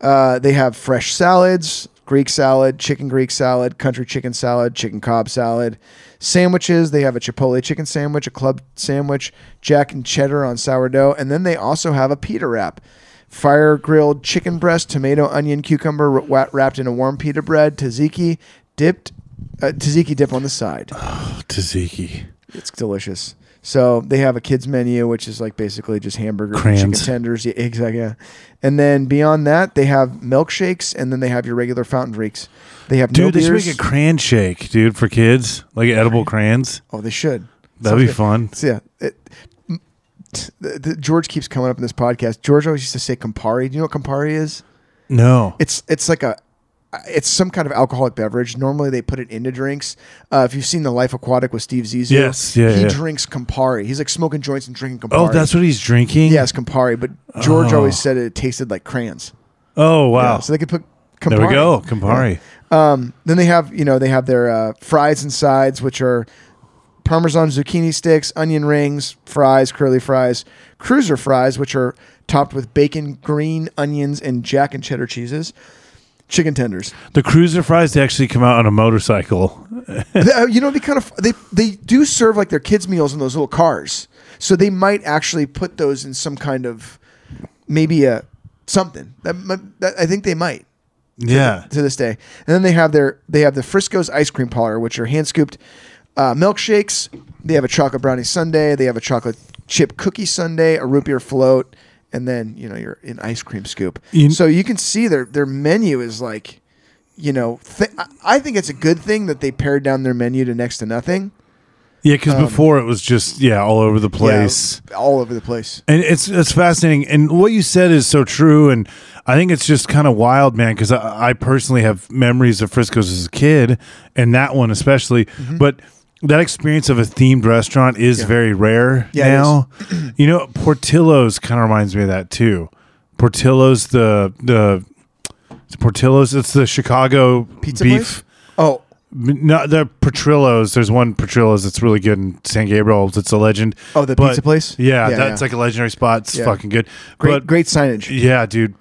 [SPEAKER 2] Uh, they have fresh salads, Greek salad, chicken Greek salad, country chicken salad, chicken cob salad, sandwiches. They have a Chipotle chicken sandwich, a club sandwich, jack and cheddar on sourdough, and then they also have a pita wrap. Fire grilled chicken breast, tomato, onion, cucumber wa- wrapped in a warm pita bread, tzatziki dipped, uh, tzatziki dip on the side.
[SPEAKER 1] Oh, tzatziki.
[SPEAKER 2] It's delicious. So they have a kids menu, which is like basically just hamburgers, and
[SPEAKER 1] Crams.
[SPEAKER 2] chicken tenders, yeah, exactly. Yeah. And then beyond that, they have milkshakes, and then they have your regular fountain drinks. They have
[SPEAKER 1] Dude,
[SPEAKER 2] no
[SPEAKER 1] they should
[SPEAKER 2] beers.
[SPEAKER 1] make a cran shake, dude, for kids. Like edible crayons.
[SPEAKER 2] oh, they should.
[SPEAKER 1] That'd be
[SPEAKER 2] Sounds
[SPEAKER 1] fun.
[SPEAKER 2] good. So, yeah. It, the, the, George keeps coming up in this podcast. George always used to say Campari. Do you know what Campari is?
[SPEAKER 1] No.
[SPEAKER 2] It's it's like a it's some kind of alcoholic beverage. Normally they put it into drinks. Uh, if you've seen The Life Aquatic with Steve Zissou,
[SPEAKER 1] Yes, yeah,
[SPEAKER 2] he
[SPEAKER 1] yeah.
[SPEAKER 2] drinks Campari. He's like smoking joints and drinking Campari.
[SPEAKER 1] oh, that's what he's drinking?
[SPEAKER 2] Yes, Campari. But George
[SPEAKER 1] Oh.
[SPEAKER 2] always said it tasted like crayons.
[SPEAKER 1] Oh, wow.
[SPEAKER 2] Yeah, so they could put Campari.
[SPEAKER 1] there we go. Campari.
[SPEAKER 2] Um, then they have you know they have their uh, fries and sides, which are Parmesan zucchini sticks, onion rings, fries, curly fries, cruiser fries, which are topped with bacon, green onions, and jack and cheddar cheeses. Chicken tenders.
[SPEAKER 1] The cruiser fries they actually come out on a motorcycle.
[SPEAKER 2] They- uh, you know, they kind of they they do serve like their kids' meals in those little cars, so they might actually put those in some kind of maybe a something. That, might- that I think they might.
[SPEAKER 1] Yeah.
[SPEAKER 2] to this day. And then they have their they have the Frisco's ice cream parlor, which are hand scooped uh, milkshakes. They have a chocolate brownie sundae. They have a chocolate chip cookie sundae, a root beer float, and then you know you're an ice cream scoop.
[SPEAKER 1] You-
[SPEAKER 2] so you can see their their menu is like, you know, th- I think it's a good thing that they pared down their menu to next to nothing.
[SPEAKER 1] Yeah, because before it was just, yeah, all over the place.
[SPEAKER 2] Um, Yeah, all over the place.
[SPEAKER 1] And it's it's fascinating, and what you said is so true. And I think it's just kind of wild, man, because I, I personally have memories of Frisco's as a kid, and that one especially.
[SPEAKER 2] Mm-hmm.
[SPEAKER 1] But that experience of a themed restaurant is very rare
[SPEAKER 2] Yeah, it
[SPEAKER 1] now. you know, Portillo's kind of reminds me of that too. Portillo's the the it's Portillo's. It's the Chicago
[SPEAKER 2] Pizza
[SPEAKER 1] beef.
[SPEAKER 2] place. Oh,
[SPEAKER 1] No, the Patrillos. There's one Patrillos that's really good in San Gabriel. It's a legend.
[SPEAKER 2] Oh, the pizza place?
[SPEAKER 1] Yeah,
[SPEAKER 2] Yeah,
[SPEAKER 1] that's
[SPEAKER 2] yeah.
[SPEAKER 1] like a legendary spot. It's
[SPEAKER 2] Yeah.
[SPEAKER 1] fucking good.
[SPEAKER 2] great
[SPEAKER 1] But-
[SPEAKER 2] great signage.
[SPEAKER 1] Yeah, dude.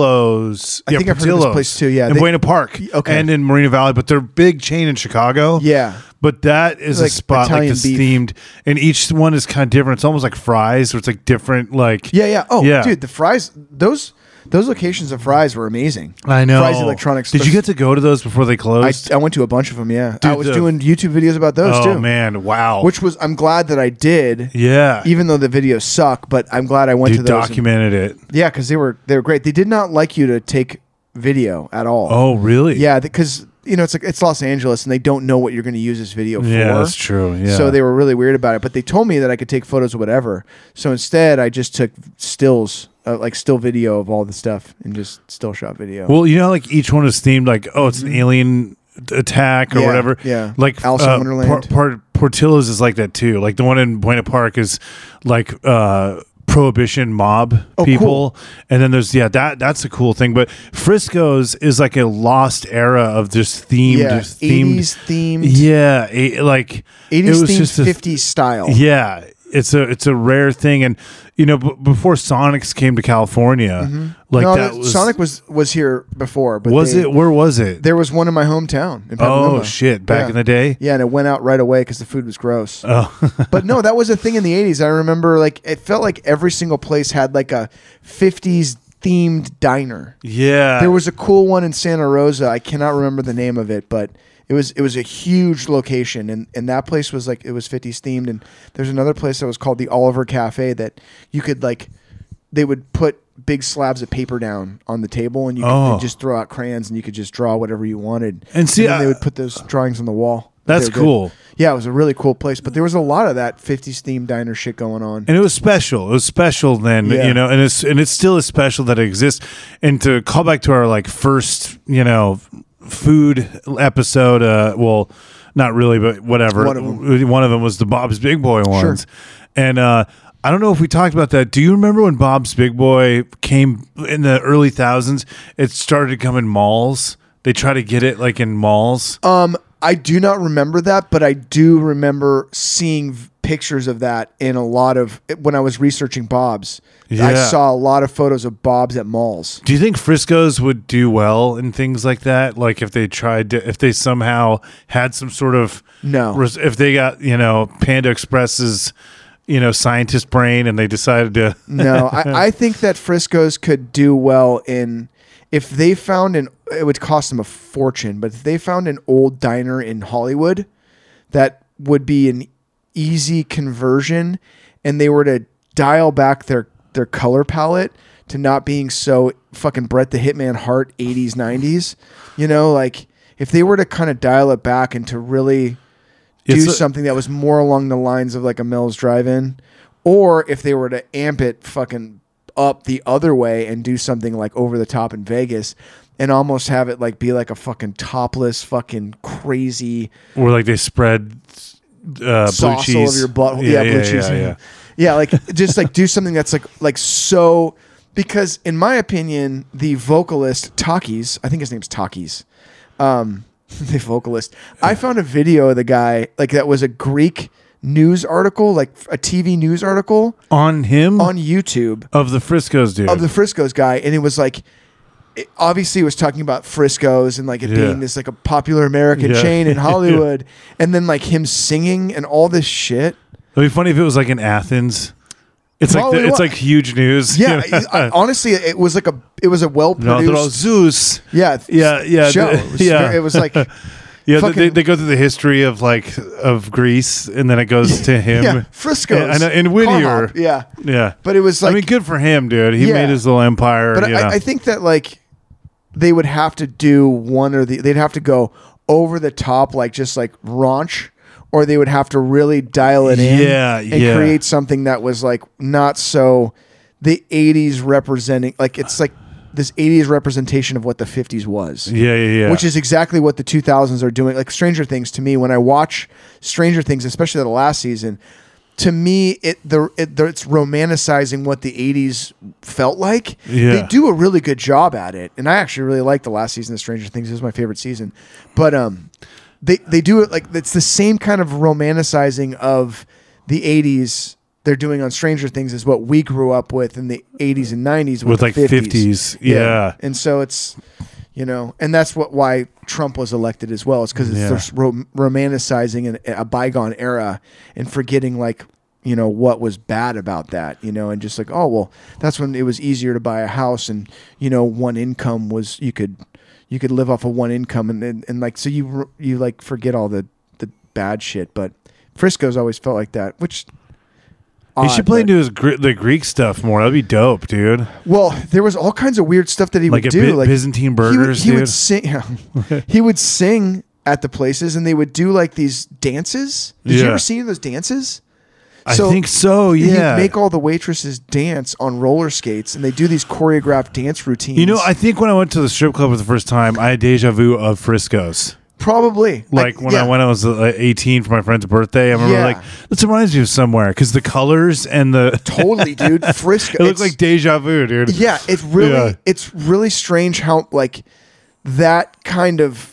[SPEAKER 1] Portillos.
[SPEAKER 2] I
[SPEAKER 1] yeah,
[SPEAKER 2] think I've heard of this
[SPEAKER 1] Portillo's.
[SPEAKER 2] place too, yeah.
[SPEAKER 1] in
[SPEAKER 2] They-
[SPEAKER 1] Buena Park.
[SPEAKER 2] Okay.
[SPEAKER 1] and in Marina Valley, but they're a big chain in Chicago.
[SPEAKER 2] Yeah.
[SPEAKER 1] But that is
[SPEAKER 2] Like
[SPEAKER 1] a spot
[SPEAKER 2] Italian
[SPEAKER 1] like that's
[SPEAKER 2] beef.
[SPEAKER 1] themed, and each one is kind of different. It's almost like fries, where it's like different, like
[SPEAKER 2] Yeah, yeah. Oh,
[SPEAKER 1] Yeah.
[SPEAKER 2] dude, the fries. Those those locations of fries were amazing.
[SPEAKER 1] I know.
[SPEAKER 2] Fries Electronics.
[SPEAKER 1] Did you get to go to those before they
[SPEAKER 2] I,
[SPEAKER 1] closed?
[SPEAKER 2] I went to a bunch of them. Yeah, I
[SPEAKER 1] Dude,
[SPEAKER 2] was
[SPEAKER 1] the-
[SPEAKER 2] doing YouTube videos about those
[SPEAKER 1] oh
[SPEAKER 2] too.
[SPEAKER 1] man, wow.
[SPEAKER 2] Which was I'm glad that I did.
[SPEAKER 1] yeah,
[SPEAKER 2] Even though the videos suck, but I'm glad I went
[SPEAKER 1] you
[SPEAKER 2] to those.
[SPEAKER 1] documented it.
[SPEAKER 2] and- yeah, because they were they were great. They did not like you to take video at all.
[SPEAKER 1] Oh really?
[SPEAKER 2] Yeah, because you know it's like it's Los Angeles and they don't know what you're going to use this video for.
[SPEAKER 1] Yeah, that's true, yeah.
[SPEAKER 2] So they were really weird about it, but they told me that I could take photos of whatever. So instead, I just took stills, uh, like still video of all the stuff, and just still shot video.
[SPEAKER 1] Well, you know, like each one is themed like, oh, it's an alien attack or
[SPEAKER 2] Mm-hmm. Yeah,
[SPEAKER 1] whatever.
[SPEAKER 2] yeah.
[SPEAKER 1] Like
[SPEAKER 2] Alice in
[SPEAKER 1] uh, Por-
[SPEAKER 2] Wonderland.
[SPEAKER 1] Por- Portillo's is like that too. Like the one in Buena Park is like uh prohibition mob
[SPEAKER 2] Oh, cool.
[SPEAKER 1] people and then there's yeah that that's a cool thing but frisco's is like a lost era of just themed
[SPEAKER 2] Yeah,
[SPEAKER 1] themed
[SPEAKER 2] 80s themed.
[SPEAKER 1] yeah it, like it
[SPEAKER 2] 80s
[SPEAKER 1] was
[SPEAKER 2] themed
[SPEAKER 1] just a
[SPEAKER 2] 50s style.
[SPEAKER 1] yeah, it's a it's a rare thing, and you know, b- before Sonics came to California, like
[SPEAKER 2] Mm-hmm. no,
[SPEAKER 1] that
[SPEAKER 2] that-
[SPEAKER 1] was
[SPEAKER 2] Sonic was was here before, but
[SPEAKER 1] was
[SPEAKER 2] they-
[SPEAKER 1] it? Where was it?
[SPEAKER 2] There was one in my hometown. In
[SPEAKER 1] oh
[SPEAKER 2] Petaluma.
[SPEAKER 1] shit! Back
[SPEAKER 2] Yeah.
[SPEAKER 1] in the day,
[SPEAKER 2] Yeah, and it went out right away because the food was gross.
[SPEAKER 1] oh
[SPEAKER 2] but no, that was a thing in the '80s. I remember, like, it felt like every single place had like a '50s themed diner.
[SPEAKER 1] yeah,
[SPEAKER 2] There was a cool one in Santa Rosa. I cannot remember the name of it, but it was it was a huge location, and and that place was like it was '50s themed. And there's another place that was called the Oliver Cafe that you could like, they would put big slabs of paper down on the table, and you could
[SPEAKER 1] Oh.
[SPEAKER 2] they'd just throw out crayons, and you could just draw whatever you wanted.
[SPEAKER 1] And see,
[SPEAKER 2] then
[SPEAKER 1] I-
[SPEAKER 2] they would put those drawings on the wall.
[SPEAKER 1] That's
[SPEAKER 2] They were good.
[SPEAKER 1] cool.
[SPEAKER 2] Yeah, it was a really cool place, but there was a lot of that '50s themed diner shit going on.
[SPEAKER 1] and it was special. It was special then,
[SPEAKER 2] Yeah.
[SPEAKER 1] you know, and it's and it's still as special that it exists. And to call back to our like first, you know, food episode, uh, well, not really, but whatever.
[SPEAKER 2] One of
[SPEAKER 1] One of them was the Bob's Big Boy ones, and uh, I don't know if we talked about that. Do you remember when Bob's Big Boy came in the early thousands? It started to come in malls. They try to get it like in malls.
[SPEAKER 2] Um, I do not remember that, but I do remember seeing v- pictures of that in a lot of when I was researching Bob's. I
[SPEAKER 1] Yeah.
[SPEAKER 2] saw a lot of photos of Bob's at malls.
[SPEAKER 1] Do you think Frisco's would do well in things like that? Like if they tried to, if they somehow had some sort of
[SPEAKER 2] No.
[SPEAKER 1] res- if they got you know Panda Express's you know scientist brain and they decided to
[SPEAKER 2] No, I, I think that Frisco's could do well in if they found an it would cost them a fortune, but if they found an old diner in Hollywood that would be an easy conversion and they were to dial back their their color palette to not being so fucking Brett the Hitman Hart 80s 90s, you know, like if they were to kind of dial it back and to really do
[SPEAKER 1] It's a-
[SPEAKER 2] something that was more along the lines of like a Mills Drive-In, or if they were to amp it fucking up the other way and do something like over the top in Vegas, and almost have it like be like a fucking topless fucking crazy
[SPEAKER 1] or like they spread uh, blue
[SPEAKER 2] sauce
[SPEAKER 1] cheese
[SPEAKER 2] all over your butt. Yeah, blue cheese.
[SPEAKER 1] yeah, yeah.
[SPEAKER 2] Yeah, like just like do something that's like like so because in my opinion, the vocalist Takis, I think his name's Takis. Um the vocalist. I found a video of the guy like that was a Greek news article, like a TV news article
[SPEAKER 1] on him
[SPEAKER 2] on YouTube
[SPEAKER 1] of the Frisco's dude.
[SPEAKER 2] of the Frisco's guy, and it was like, it obviously, it was talking about Frisco's and like it
[SPEAKER 1] Yeah.
[SPEAKER 2] being this like a popular American
[SPEAKER 1] Yeah.
[SPEAKER 2] chain in
[SPEAKER 1] Yeah.
[SPEAKER 2] Hollywood, and then like him singing and all this shit.
[SPEAKER 1] It'd be funny if it was like in Athens. It's like
[SPEAKER 2] Probably
[SPEAKER 1] the, it's
[SPEAKER 2] wa-
[SPEAKER 1] like huge news.
[SPEAKER 2] Yeah, I- I- honestly, it was like a it was a well
[SPEAKER 1] No, they're all
[SPEAKER 2] produced.
[SPEAKER 1] Zeus.
[SPEAKER 2] Yeah,
[SPEAKER 1] Yeah, yeah,
[SPEAKER 2] show.
[SPEAKER 1] the-
[SPEAKER 2] It was,
[SPEAKER 1] yeah.
[SPEAKER 2] it was like
[SPEAKER 1] Yeah, they- they,
[SPEAKER 2] Fucking-
[SPEAKER 1] they go through the history of like of Greece, and then it goes to him.
[SPEAKER 2] yeah, Frisco's
[SPEAKER 1] And, and,
[SPEAKER 2] Car
[SPEAKER 1] Whittier.
[SPEAKER 2] Hop, Yeah,
[SPEAKER 1] Yeah,
[SPEAKER 2] but it was
[SPEAKER 1] I
[SPEAKER 2] like
[SPEAKER 1] mean, good for him, dude. He
[SPEAKER 2] Yeah.
[SPEAKER 1] made his little empire.
[SPEAKER 2] But
[SPEAKER 1] yeah.
[SPEAKER 2] I, I think that like they would have to do one or the they'd have to go over the top, like just like raunch, or they would have to really dial it in,
[SPEAKER 1] Yeah,
[SPEAKER 2] and
[SPEAKER 1] yeah.
[SPEAKER 2] create something that was like not so the '80s representing. Like it's like this '80s representation of what the '50s was.
[SPEAKER 1] yeah, yeah, yeah.
[SPEAKER 2] Which is exactly what the 2000s are doing. Like Stranger Things to me, when I watch Stranger Things, especially the last season, to me it the, it the it's romanticizing what the 80s felt like.
[SPEAKER 1] Yeah.
[SPEAKER 2] They do a really good job at it, and I actually really like the last season of Stranger Things. It was my favorite season, but um, they they do it like it's the same kind of romanticizing of the 80s. They're doing on Stranger Things is what we grew up with in the 80s and 90s
[SPEAKER 1] With,
[SPEAKER 2] the
[SPEAKER 1] like, 50s, yeah.
[SPEAKER 2] and so it's, you know, and that's what why Trump was elected as well. It's because it's
[SPEAKER 1] Yeah.
[SPEAKER 2] just rom- romanticizing an, a bygone era and forgetting like you know what was bad about that. You know, and just like oh well, that's when it was easier to buy a house and you know one income was you could you could live off of one income and and, and like so you r- you like forget all the the bad shit. But Frisco's always felt like that, which.
[SPEAKER 1] he
[SPEAKER 2] odd,
[SPEAKER 1] should play
[SPEAKER 2] but-
[SPEAKER 1] into his Gre- the Greek stuff more. That'd be dope, dude.
[SPEAKER 2] well, there was all kinds of weird stuff that he
[SPEAKER 1] Like
[SPEAKER 2] would
[SPEAKER 1] a
[SPEAKER 2] do,
[SPEAKER 1] Bi- Byzantine
[SPEAKER 2] he would-
[SPEAKER 1] burgers,
[SPEAKER 2] He would,
[SPEAKER 1] dude.
[SPEAKER 2] sing. he would sing at the places, and they would do like these dances. Did you
[SPEAKER 1] Yeah.
[SPEAKER 2] ever see those dances?
[SPEAKER 1] I think so. Yeah.
[SPEAKER 2] He'd make all the waitresses dance on roller skates, and they do these choreographed dance routines.
[SPEAKER 1] you know, I think when I went to the strip club for the first time, I had deja vu of Frisco's.
[SPEAKER 2] Probably.
[SPEAKER 1] Like when
[SPEAKER 2] yeah.
[SPEAKER 1] I went, I was uh, 18 for my friend's birthday. I remember
[SPEAKER 2] Yeah.
[SPEAKER 1] like this reminds me of somewhere because the colors and the
[SPEAKER 2] Totally, dude. Frisco.
[SPEAKER 1] it looked
[SPEAKER 2] It's-
[SPEAKER 1] like deja vu, dude.
[SPEAKER 2] Yeah, it's really
[SPEAKER 1] Yeah.
[SPEAKER 2] it's really strange how like that kind of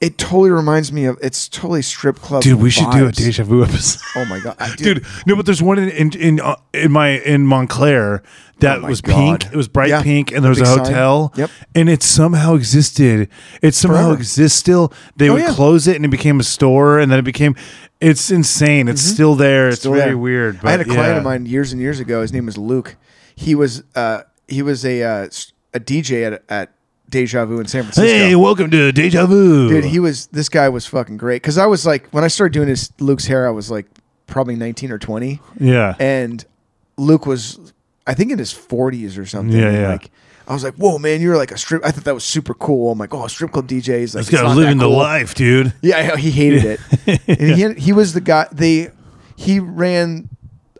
[SPEAKER 2] it totally reminds me of it's totally strip club.
[SPEAKER 1] dude, we should do a
[SPEAKER 2] vibes.
[SPEAKER 1] deja vu episode.
[SPEAKER 2] Oh my god, I-
[SPEAKER 1] Dude, no, but there's one in in in, uh, in my in Montclair that was
[SPEAKER 2] Oh God.
[SPEAKER 1] pink. It was bright
[SPEAKER 2] Yeah.
[SPEAKER 1] pink, and there was
[SPEAKER 2] Big
[SPEAKER 1] a
[SPEAKER 2] sign.
[SPEAKER 1] hotel.
[SPEAKER 2] Yep.
[SPEAKER 1] and it somehow existed. It somehow
[SPEAKER 2] Forever.
[SPEAKER 1] exists still. They
[SPEAKER 2] Oh,
[SPEAKER 1] would
[SPEAKER 2] yeah.
[SPEAKER 1] close it, and it became a store, and then it became. It's insane. It's still there. It's
[SPEAKER 2] Mm-hmm. Still
[SPEAKER 1] really
[SPEAKER 2] there.
[SPEAKER 1] weird. But
[SPEAKER 2] I had a client
[SPEAKER 1] yeah.
[SPEAKER 2] of mine years and years ago. His name was Luke. He was uh he was a uh, s- a DJ at at Deja Vu in San Francisco.
[SPEAKER 1] Hey, welcome to Deja Vu.
[SPEAKER 2] Dude, he was this guy was fucking great because I was like when I started doing his Luke's hair, I was like probably nineteen or twenty.
[SPEAKER 1] yeah,
[SPEAKER 2] and Luke was, I think, in his forties or something.
[SPEAKER 1] Yeah,
[SPEAKER 2] and,
[SPEAKER 1] yeah.
[SPEAKER 2] Like, I was like, "Whoa, man, you're like a strip." I thought that was super cool. I'm like, "Oh, strip club DJ is like,
[SPEAKER 1] it's
[SPEAKER 2] it's
[SPEAKER 1] got
[SPEAKER 2] not
[SPEAKER 1] living
[SPEAKER 2] that
[SPEAKER 1] the
[SPEAKER 2] cool.
[SPEAKER 1] life, dude.
[SPEAKER 2] Yeah, he hated it. and he, he was the guy. They he ran.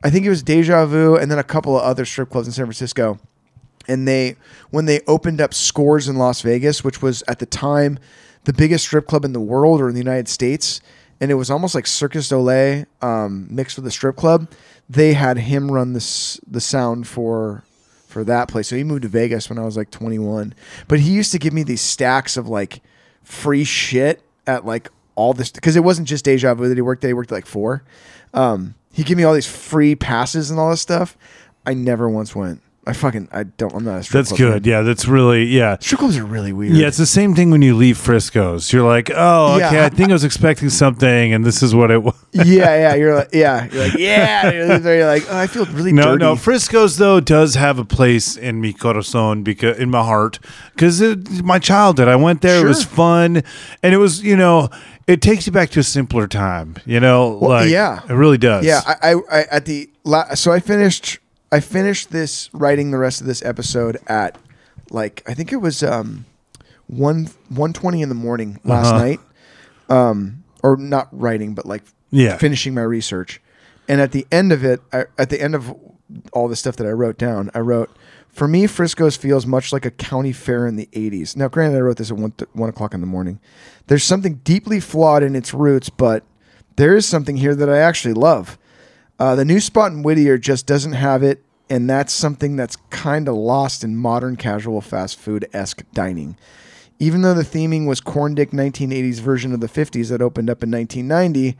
[SPEAKER 2] I think it was Deja Vu, and then a couple of other strip clubs in San Francisco. And they when they opened up Scores in Las Vegas, which was at the time the biggest strip club in the world or in the United States, and it was almost like Circus Olay um, mixed with a strip club. They had him run this the sound for for that place. So he moved to Vegas when I was like 21. But he used to give me these stacks of like free shit at like all this because it wasn't just deja vu that he worked at. He worked at like four. Um, he gave me all these free passes and all this stuff. I never once went. I fucking I don't. I'm not a strip
[SPEAKER 1] That's
[SPEAKER 2] club
[SPEAKER 1] good.
[SPEAKER 2] fan.
[SPEAKER 1] Yeah, that's really yeah.
[SPEAKER 2] Strip clubs are really weird.
[SPEAKER 1] Yeah, it's the same thing when you leave Frisco's. You're like, oh,
[SPEAKER 2] Yeah.
[SPEAKER 1] okay, I think I was expecting something, and this is what it was.
[SPEAKER 2] yeah, yeah. You're like, yeah, you're like, yeah. You're, there, you're like, oh, I feel really
[SPEAKER 1] No,
[SPEAKER 2] dirty.
[SPEAKER 1] no. Frisco's though does have a place in mi corazón because in my heart because my childhood. I went there.
[SPEAKER 2] Sure.
[SPEAKER 1] It was fun, and it was you know it takes you back to a simpler time. You know, like
[SPEAKER 2] yeah.
[SPEAKER 1] it really does.
[SPEAKER 2] Yeah, I, I, I at the la- so I finished I finished this writing the rest of this episode at like I think it was um one one twenty in the morning last
[SPEAKER 1] Uh-huh.
[SPEAKER 2] night, um or not writing but like
[SPEAKER 1] Yeah.
[SPEAKER 2] finishing my research, and at the end of it I, at the end of all the stuff that I wrote down I wrote. For me, Frisco's feels much like a county fair in the 80s. Now, granted, I wrote this at 1, th- 1 o'clock in the morning. There's something deeply flawed in its roots, but there is something here that I actually love. Uh, the new spot in Whittier just doesn't have it, and that's something that's kind of lost in modern casual fast food esque dining. Even though the theming was corn dick 1980s version of the 50s that opened up in 1990,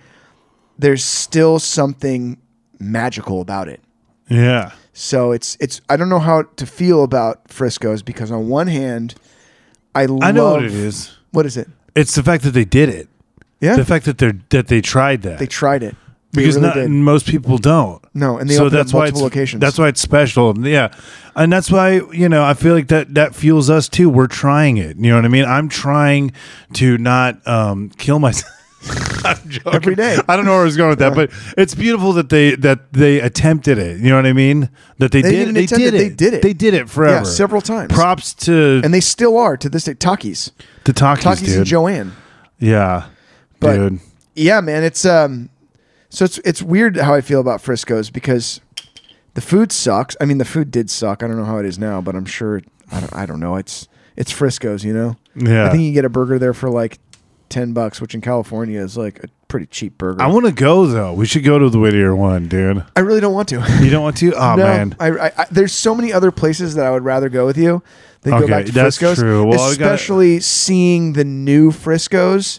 [SPEAKER 2] there's still something magical about it.
[SPEAKER 1] yeah.
[SPEAKER 2] So it's it's I don't know how to feel about Frisco's because on one hand, I
[SPEAKER 1] I know
[SPEAKER 2] love,
[SPEAKER 1] what it is.
[SPEAKER 2] What is it?
[SPEAKER 1] It's the fact that they did it.
[SPEAKER 2] Yeah,
[SPEAKER 1] The fact that they are that they tried that
[SPEAKER 2] they tried it They
[SPEAKER 1] because
[SPEAKER 2] really
[SPEAKER 1] not,
[SPEAKER 2] did.
[SPEAKER 1] most people don't.
[SPEAKER 2] No, and they opened up multiple
[SPEAKER 1] why it's,
[SPEAKER 2] locations.
[SPEAKER 1] That's why it's special. and Yeah, and that's why you know I feel like that that fuels us too. We're trying it. You know what I mean? I'm trying to not um, kill myself. I'm joking.
[SPEAKER 2] Every day.
[SPEAKER 1] I don't know where I was going with that, but it's beautiful that they that they attempted it. You know what I mean? That they,
[SPEAKER 2] They
[SPEAKER 1] did.
[SPEAKER 2] didn't
[SPEAKER 1] They
[SPEAKER 2] attempt
[SPEAKER 1] did
[SPEAKER 2] it,
[SPEAKER 1] it.
[SPEAKER 2] they did it.
[SPEAKER 1] They did it forever.
[SPEAKER 2] Yeah, several times.
[SPEAKER 1] Props to
[SPEAKER 2] and they still are to this day. Takis,
[SPEAKER 1] to Takis,
[SPEAKER 2] Takis
[SPEAKER 1] dude.
[SPEAKER 2] and Joanne.
[SPEAKER 1] yeah,
[SPEAKER 2] But-
[SPEAKER 1] dude.
[SPEAKER 2] yeah, man, it's um, so it's it's weird how I feel about Frisco's because the food sucks. I mean, the food did suck. I don't know how it is now, but I'm sure I don't, I don't know. It's it's Frisco's, you know.
[SPEAKER 1] Yeah.
[SPEAKER 2] I think you get a burger there for like ten bucks, which in California is like a pretty cheap burger.
[SPEAKER 1] I want to go though. We should go to the Whittier one, dude.
[SPEAKER 2] I really don't want to.
[SPEAKER 1] You don't want to? Oh
[SPEAKER 2] no,
[SPEAKER 1] man.
[SPEAKER 2] I, I, I there's so many other places that I would rather go with you than go
[SPEAKER 1] Okay,
[SPEAKER 2] back to
[SPEAKER 1] that's
[SPEAKER 2] Frisco's.
[SPEAKER 1] true. Well, we gotta-
[SPEAKER 2] especially seeing the new Frisco's,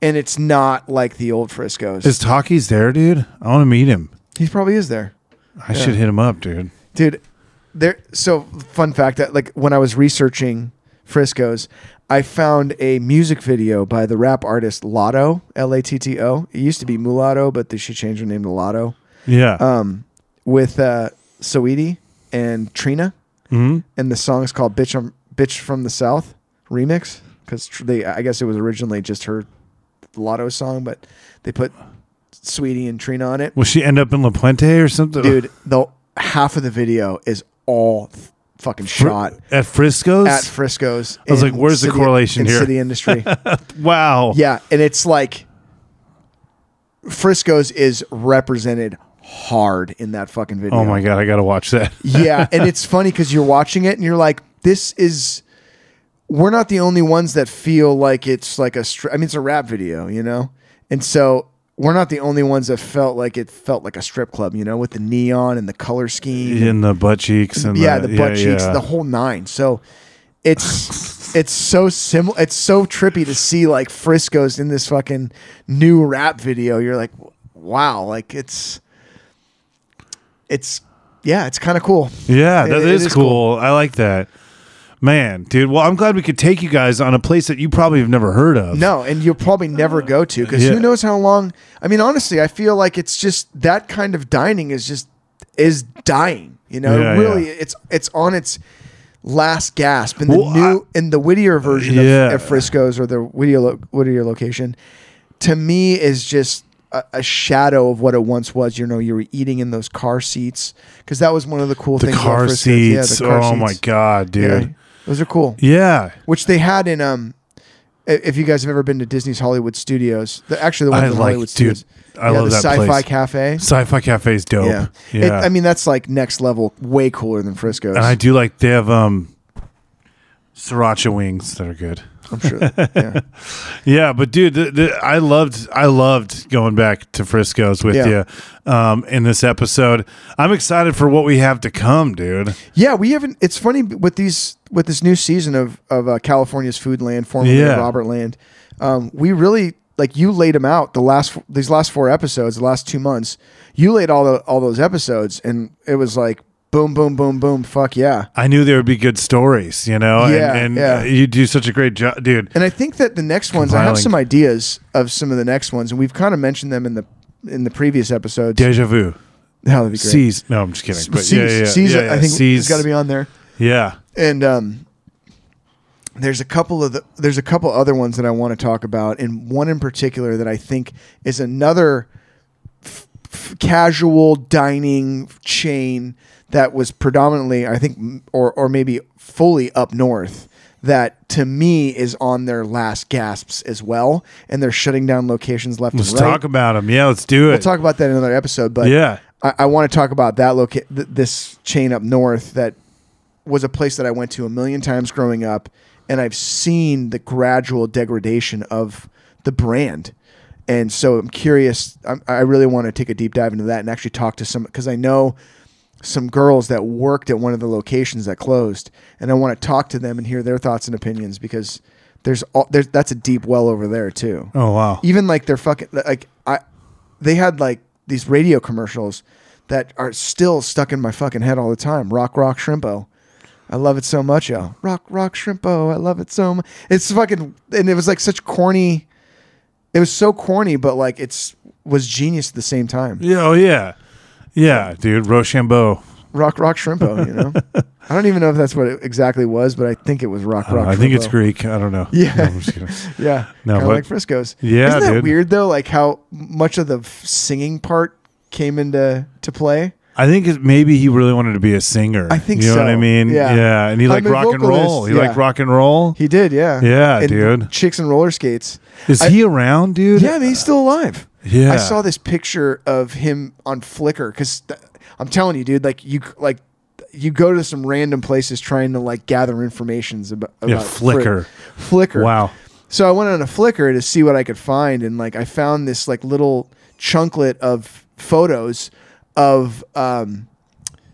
[SPEAKER 2] and it's not like the old Frisco's.
[SPEAKER 1] Is Takis there, dude? I want to meet him.
[SPEAKER 2] he probably is there.
[SPEAKER 1] I should hit him up, dude.
[SPEAKER 2] dude there so fun fact that like when i was researching frisco's i found a music video by the rap artist lotto l-a-t-t-o it used to be mulatto but they should change her name to lotto
[SPEAKER 1] Yeah.
[SPEAKER 2] um, with uh, Saweetie and Trina, mm-hmm. and the song is called "Bitch I'm, Bitch from the South" remix because they I guess it was originally just her Lotto song, but they put Sweetie and Trina on it.
[SPEAKER 1] Will she end up in La Puente or something?
[SPEAKER 2] Dude, the half of the video is all th- fucking
[SPEAKER 1] Fr-
[SPEAKER 2] shot.
[SPEAKER 1] at Frisco's.
[SPEAKER 2] At Frisco's,
[SPEAKER 1] was
[SPEAKER 2] in
[SPEAKER 1] like, where's the
[SPEAKER 2] city-
[SPEAKER 1] correlation
[SPEAKER 2] in
[SPEAKER 1] here?
[SPEAKER 2] City industry,
[SPEAKER 1] wow.
[SPEAKER 2] yeah, and it's like Frisco's is represented hard in that fucking video.
[SPEAKER 1] Oh my god, I gotta watch that.
[SPEAKER 2] yeah, and it's funny because you're watching it and you're like, this is we're not the only ones that feel like it's like a str- I mean it's a rap video, you know? And so we're not the only ones that felt like it felt like a strip club, you know, with the neon and the color scheme.
[SPEAKER 1] in the butt cheeks and
[SPEAKER 2] yeah, the butt cheeks,
[SPEAKER 1] yeah.
[SPEAKER 2] the whole nine. So it's it's so similar. It's so trippy to see like Frisco's in this fucking new rap video. You're like, wow, like it's it's yeah, it's kind of cool.
[SPEAKER 1] Yeah,
[SPEAKER 2] It-
[SPEAKER 1] that
[SPEAKER 2] it
[SPEAKER 1] is
[SPEAKER 2] is
[SPEAKER 1] cool. I like that. Man, dude. Well, I'm glad we could take you guys on a place that you probably have never heard of.
[SPEAKER 2] No, and you'll probably never go to because
[SPEAKER 1] Yeah.
[SPEAKER 2] who knows how long. I mean, honestly, I feel like it's just that kind of dining is just is dying. You know,
[SPEAKER 1] Yeah,
[SPEAKER 2] really,
[SPEAKER 1] yeah.
[SPEAKER 2] it's it's on its last gasp. And the
[SPEAKER 1] Well,
[SPEAKER 2] new in the Whittier version
[SPEAKER 1] Yeah.
[SPEAKER 2] of, of Frisco's or the Whittier lo- Whittier location, to me, is just a, a shadow of what it once was. You know, you were eating in those car seats because that was one of the cool
[SPEAKER 1] the
[SPEAKER 2] things. about
[SPEAKER 1] car
[SPEAKER 2] Frisco's. Yeah, the
[SPEAKER 1] seats.
[SPEAKER 2] car
[SPEAKER 1] oh
[SPEAKER 2] seats.
[SPEAKER 1] my god,
[SPEAKER 2] Yeah.
[SPEAKER 1] dude.
[SPEAKER 2] those are cool
[SPEAKER 1] Yeah.
[SPEAKER 2] which they had in um i- if you guys have ever been to Disney's Hollywood Studios, the, actually the one
[SPEAKER 1] I
[SPEAKER 2] in
[SPEAKER 1] like-
[SPEAKER 2] Hollywood
[SPEAKER 1] dude,
[SPEAKER 2] Studios,
[SPEAKER 1] I love
[SPEAKER 2] the
[SPEAKER 1] that
[SPEAKER 2] Sci-Fi
[SPEAKER 1] place.
[SPEAKER 2] Cafe.
[SPEAKER 1] Sci-fi cafe's dope.
[SPEAKER 2] Yeah,
[SPEAKER 1] Yeah.
[SPEAKER 2] It- I mean that's like next level, way cooler than Frisco's.
[SPEAKER 1] and I do like they have um sriracha wings that are good.
[SPEAKER 2] I'm sure. Yeah.
[SPEAKER 1] Yeah, but dude, the, the, I loved I loved going back to Frisco's with
[SPEAKER 2] Yeah.
[SPEAKER 1] you um, in this episode. I'm excited for what we have to come, dude.
[SPEAKER 2] yeah, we haven't. It's funny with these with this new season of of uh, California's Food Land, formerly
[SPEAKER 1] Yeah.
[SPEAKER 2] Robert Land. Um, we really like you laid them out the last f- these last four episodes, the last two months. You laid all the all those episodes, and it was like boom, boom, boom, boom. Fuck yeah!
[SPEAKER 1] I knew there would be good stories, you know,
[SPEAKER 2] Yeah,
[SPEAKER 1] and, and
[SPEAKER 2] yeah.
[SPEAKER 1] uh, you do such a great job, dude.
[SPEAKER 2] And I think that the next ones, I have
[SPEAKER 1] Compiling.
[SPEAKER 2] some ideas of some of the next ones, and we've kind of mentioned them in the in the previous episodes.
[SPEAKER 1] Deja vu,
[SPEAKER 2] How that'd be great.
[SPEAKER 1] seas. No, I'm just kidding. But yeah, yeah, yeah,
[SPEAKER 2] C's,
[SPEAKER 1] yeah, yeah.
[SPEAKER 2] I think
[SPEAKER 1] Seas.
[SPEAKER 2] has got to be on there.
[SPEAKER 1] Yeah,
[SPEAKER 2] And um, there's a couple of the, there's a couple other ones that I want to talk about, and one in particular that I think is another f- f- casual dining chain that was predominantly, I think, m- or or maybe fully up north. That to me is on their last gasps as well, and they're shutting down locations left
[SPEAKER 1] let's
[SPEAKER 2] and right.
[SPEAKER 1] talk about them. Yeah, let's do it.
[SPEAKER 2] We'll talk about that in another episode, but
[SPEAKER 1] Yeah.
[SPEAKER 2] I, I want to talk about that loca- th- this chain up north that was a place that I went to a million times growing up, and I've seen the gradual degradation of the brand. And so I'm curious. I, I really want to take a deep dive into that and actually talk to some because I know some girls that worked at one of the locations that closed, and I want to talk to them and hear their thoughts and opinions because there's all there's that's a deep well over there too
[SPEAKER 1] oh wow,
[SPEAKER 2] even like they're fucking like I they had like these radio commercials that are still stuck in my fucking head all the time. Rock rock shrimpo. I love it so much, yo. Rock rock shrimpo. I love it so much. It's fucking and it was like such corny it was so corny, but like it's was genius at the same time.
[SPEAKER 1] yeah, oh yeah, yeah, dude, Rochambeau.
[SPEAKER 2] Rock rock shrimpo, you know? I don't even know if that's what it exactly was, but I think it was rock rock
[SPEAKER 1] I think it's
[SPEAKER 2] Shrimpo.
[SPEAKER 1] Greek. I don't know.
[SPEAKER 2] Yeah.
[SPEAKER 1] No, I'm just kidding.
[SPEAKER 2] Yeah.
[SPEAKER 1] No,
[SPEAKER 2] kind of
[SPEAKER 1] but-
[SPEAKER 2] like Frisco's.
[SPEAKER 1] Yeah,
[SPEAKER 2] Isn't that
[SPEAKER 1] dude.
[SPEAKER 2] weird though? Like how much of the f- singing part came into to play.
[SPEAKER 1] I think it, maybe he really wanted to be a singer.
[SPEAKER 2] I think
[SPEAKER 1] you know what
[SPEAKER 2] so.
[SPEAKER 1] I mean.
[SPEAKER 2] Yeah.
[SPEAKER 1] and he
[SPEAKER 2] I'm
[SPEAKER 1] liked
[SPEAKER 2] a
[SPEAKER 1] rock and
[SPEAKER 2] vocalist.
[SPEAKER 1] roll. He
[SPEAKER 2] Yeah.
[SPEAKER 1] liked rock and roll.
[SPEAKER 2] He did, yeah.
[SPEAKER 1] Yeah,
[SPEAKER 2] And
[SPEAKER 1] dude.
[SPEAKER 2] Chicks and roller skates.
[SPEAKER 1] Is
[SPEAKER 2] I-
[SPEAKER 1] he around, dude?
[SPEAKER 2] Yeah, I mean, he's still alive.
[SPEAKER 1] Yeah.
[SPEAKER 2] I saw this picture of him on Flickr because I'm telling you, dude. Like you, like you go to some random places trying to like gather informations about, about
[SPEAKER 1] Yeah,
[SPEAKER 2] Fri-
[SPEAKER 1] Flickr.
[SPEAKER 2] Flickr.
[SPEAKER 1] Wow.
[SPEAKER 2] So I went on a Flickr to see what I could find, and like I found this like little chunklet of photos of um,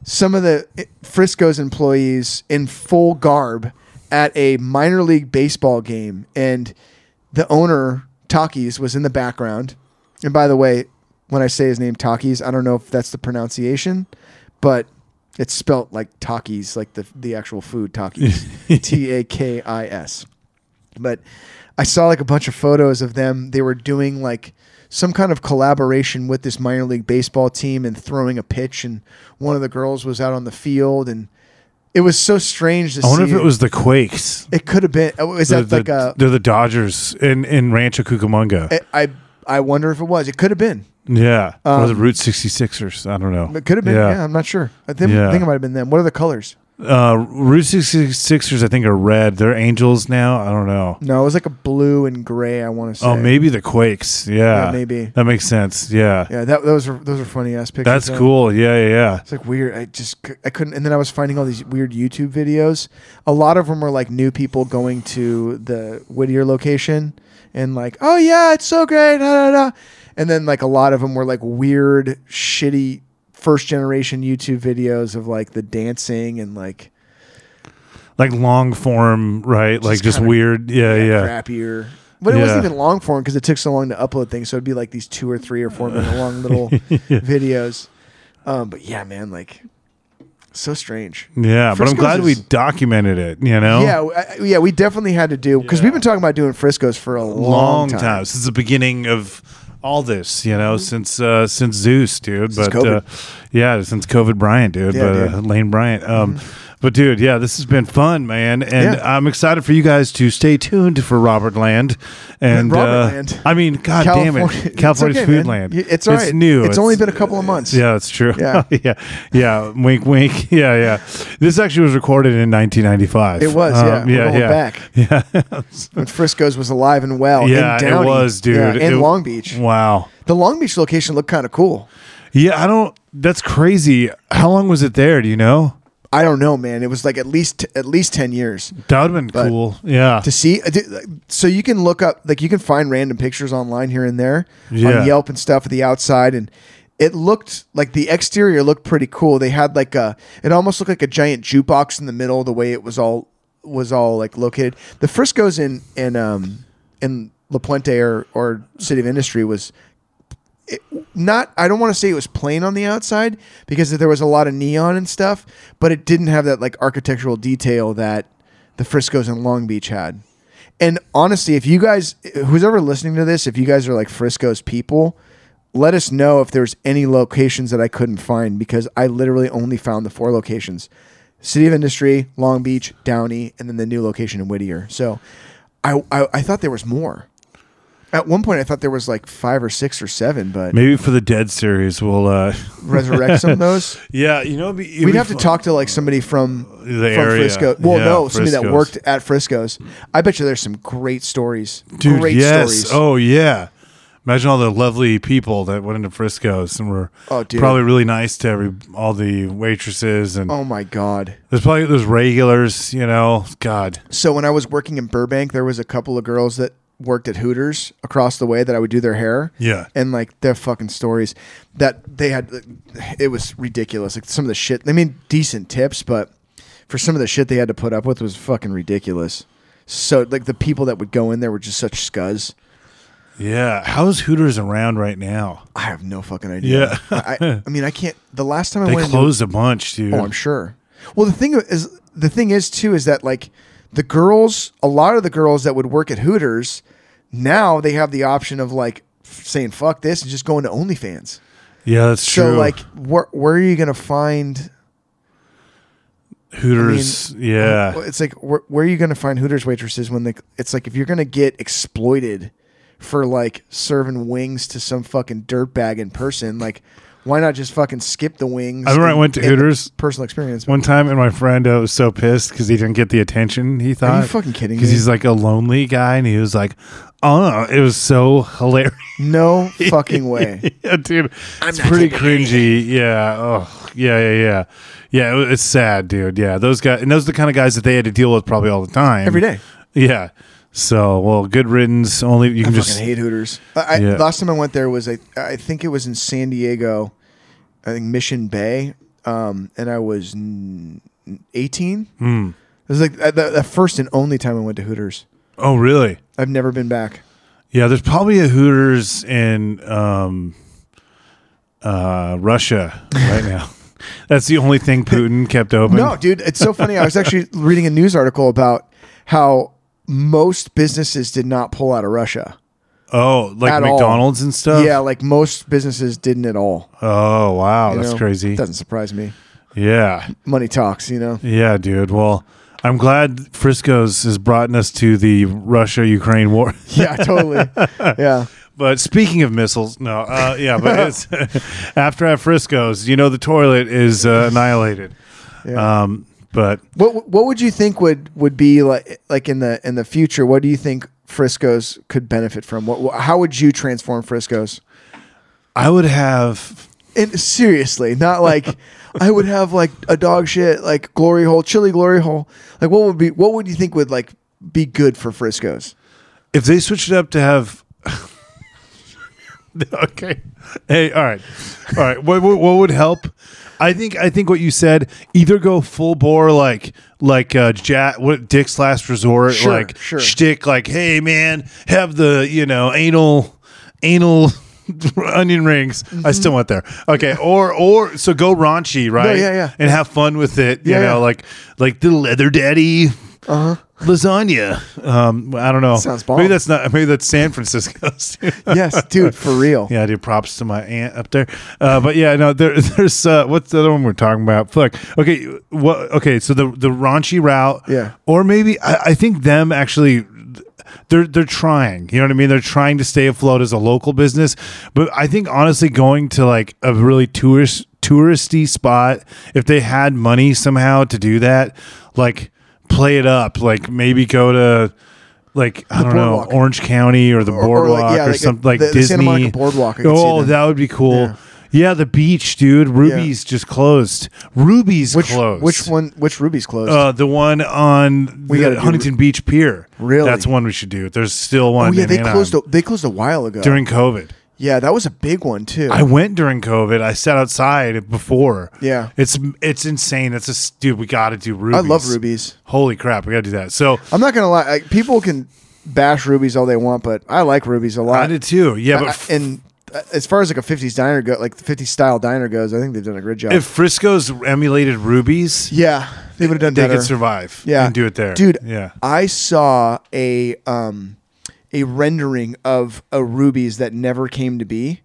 [SPEAKER 2] some of the eh, Frisco's employees in full garb at a minor league baseball game, and the owner Takis was in the background. And by the way, when I say his name Takis, I don't know if that's the pronunciation, but it's spelt like Takis, like the the actual food Takis, T A K I S but I saw like a bunch of photos of them. They were doing like some kind of collaboration with this minor league baseball team and throwing a pitch. And one of the girls was out on the field, and it was so strange
[SPEAKER 1] I
[SPEAKER 2] to
[SPEAKER 1] wonder
[SPEAKER 2] see.
[SPEAKER 1] if it was the Quakes.
[SPEAKER 2] It could have been. oh, Is
[SPEAKER 1] They're
[SPEAKER 2] that
[SPEAKER 1] the,
[SPEAKER 2] like a? Eh,
[SPEAKER 1] they're the Dodgers in, in Rancho Cucamonga.
[SPEAKER 2] I I wonder if it was. It could have been.
[SPEAKER 1] yeah. or the Route 66ers. I don't know.
[SPEAKER 2] It could have um, been. Yeah. I'm not sure. I think,
[SPEAKER 1] Yeah.
[SPEAKER 2] think it might have been them. What are the colors?
[SPEAKER 1] Uh, Route 66ers, I think, are red. They're angels now. I don't know.
[SPEAKER 2] No, it was like a blue and gray. I want to say.
[SPEAKER 1] Oh, maybe the Quakes. Yeah.
[SPEAKER 2] Yeah, maybe.
[SPEAKER 1] That makes sense. Yeah.
[SPEAKER 2] Yeah, that those are those are funny ass pictures.
[SPEAKER 1] That's
[SPEAKER 2] though.
[SPEAKER 1] cool. Yeah, yeah, yeah.
[SPEAKER 2] It's like weird. I just c- I couldn't. And then I was finding all these weird YouTube videos. A lot of them were like new people going to the Whittier location and like, oh yeah, it's so great. Da, da, da. And then like a lot of them were like weird, shitty first generation YouTube videos of like the dancing and like
[SPEAKER 1] Like long form, right? like just
[SPEAKER 2] kinda-
[SPEAKER 1] weird. Yeah, yeah.
[SPEAKER 2] crappier. But it wasn't
[SPEAKER 1] Yeah.
[SPEAKER 2] even long form because it took so long to upload things. So it'd be like these two or three or four minute long little videos. Um, but yeah, man, like so strange.
[SPEAKER 1] Yeah, but I'm
[SPEAKER 2] Frisco's
[SPEAKER 1] glad we
[SPEAKER 2] is-
[SPEAKER 1] documented it, you know?
[SPEAKER 2] Yeah, w- I- yeah, we definitely had to do because we've been talking about doing Frisco's for a long,
[SPEAKER 1] Long
[SPEAKER 2] time. Mm-hmm.
[SPEAKER 1] time since the beginning of all this, you know, since uh since Zeus, dude.
[SPEAKER 2] Since
[SPEAKER 1] but uh, yeah, since COVID Bryant, dude.
[SPEAKER 2] Yeah,
[SPEAKER 1] but
[SPEAKER 2] dude. Mm-hmm.
[SPEAKER 1] Uh, Lane Bryant. Um but dude, yeah, this has been fun, man. And
[SPEAKER 2] Yeah.
[SPEAKER 1] I'm excited for you guys to stay tuned for Robert Land and
[SPEAKER 2] Robert
[SPEAKER 1] uh,
[SPEAKER 2] Land.
[SPEAKER 1] I mean, god damn it.
[SPEAKER 2] it's
[SPEAKER 1] California's
[SPEAKER 2] okay,
[SPEAKER 1] food
[SPEAKER 2] man.
[SPEAKER 1] land.
[SPEAKER 2] Y- It's all right.
[SPEAKER 1] new.
[SPEAKER 2] It's, only been a couple of months.
[SPEAKER 1] Yeah, that's true.
[SPEAKER 2] Yeah.
[SPEAKER 1] yeah, yeah. Wink, wink. Yeah, yeah. This actually was recorded in 1995.
[SPEAKER 2] It was, yeah.
[SPEAKER 1] Um,
[SPEAKER 2] We're
[SPEAKER 1] yeah,
[SPEAKER 2] going
[SPEAKER 1] yeah.
[SPEAKER 2] back
[SPEAKER 1] Yeah,
[SPEAKER 2] when Frisco's was alive and well.
[SPEAKER 1] yeah.
[SPEAKER 2] in Downey.
[SPEAKER 1] It was, dude.
[SPEAKER 2] Yeah, and
[SPEAKER 1] It-
[SPEAKER 2] Long Beach.
[SPEAKER 1] Wow.
[SPEAKER 2] The Long Beach location looked kind of cool.
[SPEAKER 1] Yeah, I don't. That's crazy. How long was it there? Do you know?
[SPEAKER 2] I don't know, man. It was like at least at least ten years
[SPEAKER 1] That would have been
[SPEAKER 2] But-
[SPEAKER 1] cool. Yeah.
[SPEAKER 2] to see. uh, d- So you can look up, like you can find random pictures online here and there
[SPEAKER 1] Yeah.
[SPEAKER 2] on Yelp and stuff at the outside, and it looked like the exterior looked pretty cool. They had like a, it almost looked like a giant jukebox in the middle. The way it was all was all like located. The Frisco's in in um in La Puente or or City of Industry was. It, not I don't want to say it was plain on the outside because there was a lot of neon and stuff, but it didn't have that like architectural detail that the Frisco's in Long Beach had. And honestly, if you guys, who's ever listening to this, if you guys are like Frisco's people, let us know if there's any locations that I couldn't find because I literally only found the four locations City of Industry, Long Beach, Downey, and then the new location in Whittier. So I, I, I thought there was more. At one point, I thought there was like five or six or seven, but
[SPEAKER 1] Maybe for the Dead series, we'll. uh
[SPEAKER 2] resurrect some of those.
[SPEAKER 1] Yeah, you know, it'd be, it'd
[SPEAKER 2] We'd
[SPEAKER 1] be
[SPEAKER 2] have to
[SPEAKER 1] fun.
[SPEAKER 2] talk to like somebody from from
[SPEAKER 1] area.
[SPEAKER 2] Frisco. Well,
[SPEAKER 1] Yeah,
[SPEAKER 2] no, somebody that
[SPEAKER 1] Frisco's.
[SPEAKER 2] worked at Frisco's. I bet you there's some great stories.
[SPEAKER 1] Dude,
[SPEAKER 2] great
[SPEAKER 1] yes.
[SPEAKER 2] stories.
[SPEAKER 1] Oh yeah. Imagine all the lovely people that went into Frisco's and were
[SPEAKER 2] Oh, dude.
[SPEAKER 1] probably really nice to every all the waitresses and
[SPEAKER 2] Oh my god.
[SPEAKER 1] there's probably those regulars, you know. God.
[SPEAKER 2] So when I was working in Burbank, there was a couple of girls that worked at Hooters across the way that I would do their hair.
[SPEAKER 1] Yeah.
[SPEAKER 2] And like their fucking stories that they had it was ridiculous. Like some of the shit I mean decent tips, but for some of the shit they had to put up with was fucking ridiculous. So like the people that would go in there were just such scuzz.
[SPEAKER 1] Yeah. How's Hooters around right now?
[SPEAKER 2] I have no fucking idea.
[SPEAKER 1] Yeah.
[SPEAKER 2] I, I- I mean, I can't. The last time I
[SPEAKER 1] They
[SPEAKER 2] went, into-
[SPEAKER 1] closed a bunch, dude.
[SPEAKER 2] oh, I'm sure. Well, the thing is, the thing is too is that like the girls, a lot of the girls that would work at Hooters, now they have the option of like f- saying fuck this and just going to OnlyFans.
[SPEAKER 1] Yeah, that's true.
[SPEAKER 2] So like, where where are you gonna find?
[SPEAKER 1] Hooters, yeah.
[SPEAKER 2] It's like where, where are you gonna find Hooters waitresses when they? It's like if you're gonna get exploited for like serving wings to some fucking dirtbag in person, like. Why not just fucking skip the wings?
[SPEAKER 1] I remember I
[SPEAKER 2] and-
[SPEAKER 1] went to
[SPEAKER 2] and the
[SPEAKER 1] Hooters.
[SPEAKER 2] Personal experience.
[SPEAKER 1] One time, and my friend uh, was so pissed because he didn't get the attention he thought.
[SPEAKER 2] fucking kidding
[SPEAKER 1] Because
[SPEAKER 2] me?
[SPEAKER 1] he's like a lonely guy, and he was like, "Oh, it was so hilarious."
[SPEAKER 2] No fucking way.
[SPEAKER 1] yeah, dude, it's pretty cringy. Yeah, oh, yeah, yeah, yeah, yeah. It, it's sad, dude. Yeah, those guys, and those are the kind of guys that they had to deal with probably all the time,
[SPEAKER 2] Every day.
[SPEAKER 1] Yeah. So, well, good riddance. Only you can
[SPEAKER 2] I
[SPEAKER 1] just
[SPEAKER 2] fucking hate Hooters. I, I,
[SPEAKER 1] Yeah.
[SPEAKER 2] Last time I went there was I, I think it was in San Diego, I think Mission Bay, um, and I was n- eighteen.
[SPEAKER 1] Hmm.
[SPEAKER 2] It was like uh, the, the first and only time I went to Hooters.
[SPEAKER 1] oh, really?
[SPEAKER 2] I've never been back.
[SPEAKER 1] Yeah, there's probably a Hooters in um, uh, Russia right now. That's the only thing Putin kept open.
[SPEAKER 2] No, dude, it's so funny. I was actually reading a news article about how most businesses did not pull out of Russia.
[SPEAKER 1] Oh, like
[SPEAKER 2] At all.
[SPEAKER 1] McDonald's and stuff.
[SPEAKER 2] Yeah, like most businesses didn't at all.
[SPEAKER 1] Oh wow,
[SPEAKER 2] you
[SPEAKER 1] that's
[SPEAKER 2] know?
[SPEAKER 1] crazy.
[SPEAKER 2] Doesn't surprise me.
[SPEAKER 1] yeah,
[SPEAKER 2] Money talks, you know.
[SPEAKER 1] yeah, dude. Well, I'm glad Frisco's has brought us to the Russia-Ukraine war.
[SPEAKER 2] Yeah, totally. yeah.
[SPEAKER 1] But speaking of missiles, no, uh, yeah, but it's after at Frisco's, you know, the toilet is uh, annihilated.
[SPEAKER 2] Yeah.
[SPEAKER 1] Um, But
[SPEAKER 2] What what would you think would would be like like in the in the future? What do you think Frisco's could benefit from? What wh- how would you transform Frisco's?
[SPEAKER 1] I would have
[SPEAKER 2] And seriously, not like I would have like a dog shit like glory hole, chili glory hole. Like what would be what would you think would like be good for Frisco's?
[SPEAKER 1] if they switched it up to have okay hey all right all right what, what, what would help i think i think what you said either go full bore like like uh jack what dick's last resort
[SPEAKER 2] Sure,
[SPEAKER 1] like
[SPEAKER 2] sure.
[SPEAKER 1] shtick like hey man have the you know anal anal onion rings i
[SPEAKER 2] Mm-hmm.
[SPEAKER 1] still went there okay or or so go raunchy right
[SPEAKER 2] yeah, yeah.
[SPEAKER 1] and have fun with it you
[SPEAKER 2] Yeah,
[SPEAKER 1] know
[SPEAKER 2] yeah.
[SPEAKER 1] like like the leather daddy lasagna um i don't know
[SPEAKER 2] Sounds
[SPEAKER 1] Maybe
[SPEAKER 2] bomb.
[SPEAKER 1] that's not. Maybe that's San Francisco's.
[SPEAKER 2] Yes, dude, for real.
[SPEAKER 1] yeah, I do props to my aunt up there. Uh, but yeah, no, there, there's uh, what's the other one we're talking about? Fuck. Okay, what? Okay, so the the raunchy route.
[SPEAKER 2] Yeah.
[SPEAKER 1] Or maybe I, I think them actually. They're, they're trying, you know what I mean? They're trying to stay afloat as a local business, but I think honestly, going to like a really tourist touristy spot, if they had money somehow to do that, like play it up, like maybe go to like I don't know
[SPEAKER 2] boardwalk.
[SPEAKER 1] Orange County or the
[SPEAKER 2] or like-
[SPEAKER 1] boardwalk or,
[SPEAKER 2] yeah, like a-
[SPEAKER 1] something like
[SPEAKER 2] the- the
[SPEAKER 1] Disney.
[SPEAKER 2] Santa Monica Boardwalk, I could see
[SPEAKER 1] Oh,
[SPEAKER 2] them.
[SPEAKER 1] that would be cool.
[SPEAKER 2] Yeah.
[SPEAKER 1] Yeah. the beach, dude. Ruby's just closed. Ruby's
[SPEAKER 2] Which
[SPEAKER 1] closed.
[SPEAKER 2] which one which Ruby's closed?
[SPEAKER 1] Uh, the one on we
[SPEAKER 2] We gotta
[SPEAKER 1] got
[SPEAKER 2] do-
[SPEAKER 1] Huntington Beach Pier.
[SPEAKER 2] Really?
[SPEAKER 1] That's one we should do. There's still one.
[SPEAKER 2] oh yeah,
[SPEAKER 1] in
[SPEAKER 2] they
[SPEAKER 1] Anaheim
[SPEAKER 2] closed a, they closed a while ago.
[SPEAKER 1] during COVID.
[SPEAKER 2] yeah, that was a big one too.
[SPEAKER 1] I went during COVID. I sat outside before.
[SPEAKER 2] Yeah.
[SPEAKER 1] it's it's insane. That's a s- dude. We got to do Ruby's.
[SPEAKER 2] I love Ruby's.
[SPEAKER 1] Holy crap, we got to do that. So
[SPEAKER 2] I'm not gonna lie. Like, people can bash rubies all they want, but I like rubies a lot.
[SPEAKER 1] I did too. Yeah, but
[SPEAKER 2] I-
[SPEAKER 1] f-
[SPEAKER 2] and uh, as far as like a 50s diner go, like the 50s style diner goes, I think they've done a great job.
[SPEAKER 1] if Frisco's emulated Ruby's,
[SPEAKER 2] yeah, they would have done
[SPEAKER 1] they
[SPEAKER 2] better.
[SPEAKER 1] could survive.
[SPEAKER 2] yeah,
[SPEAKER 1] and do it there,
[SPEAKER 2] dude.
[SPEAKER 1] Yeah,
[SPEAKER 2] I saw a um a rendering of a rubies that never came to be,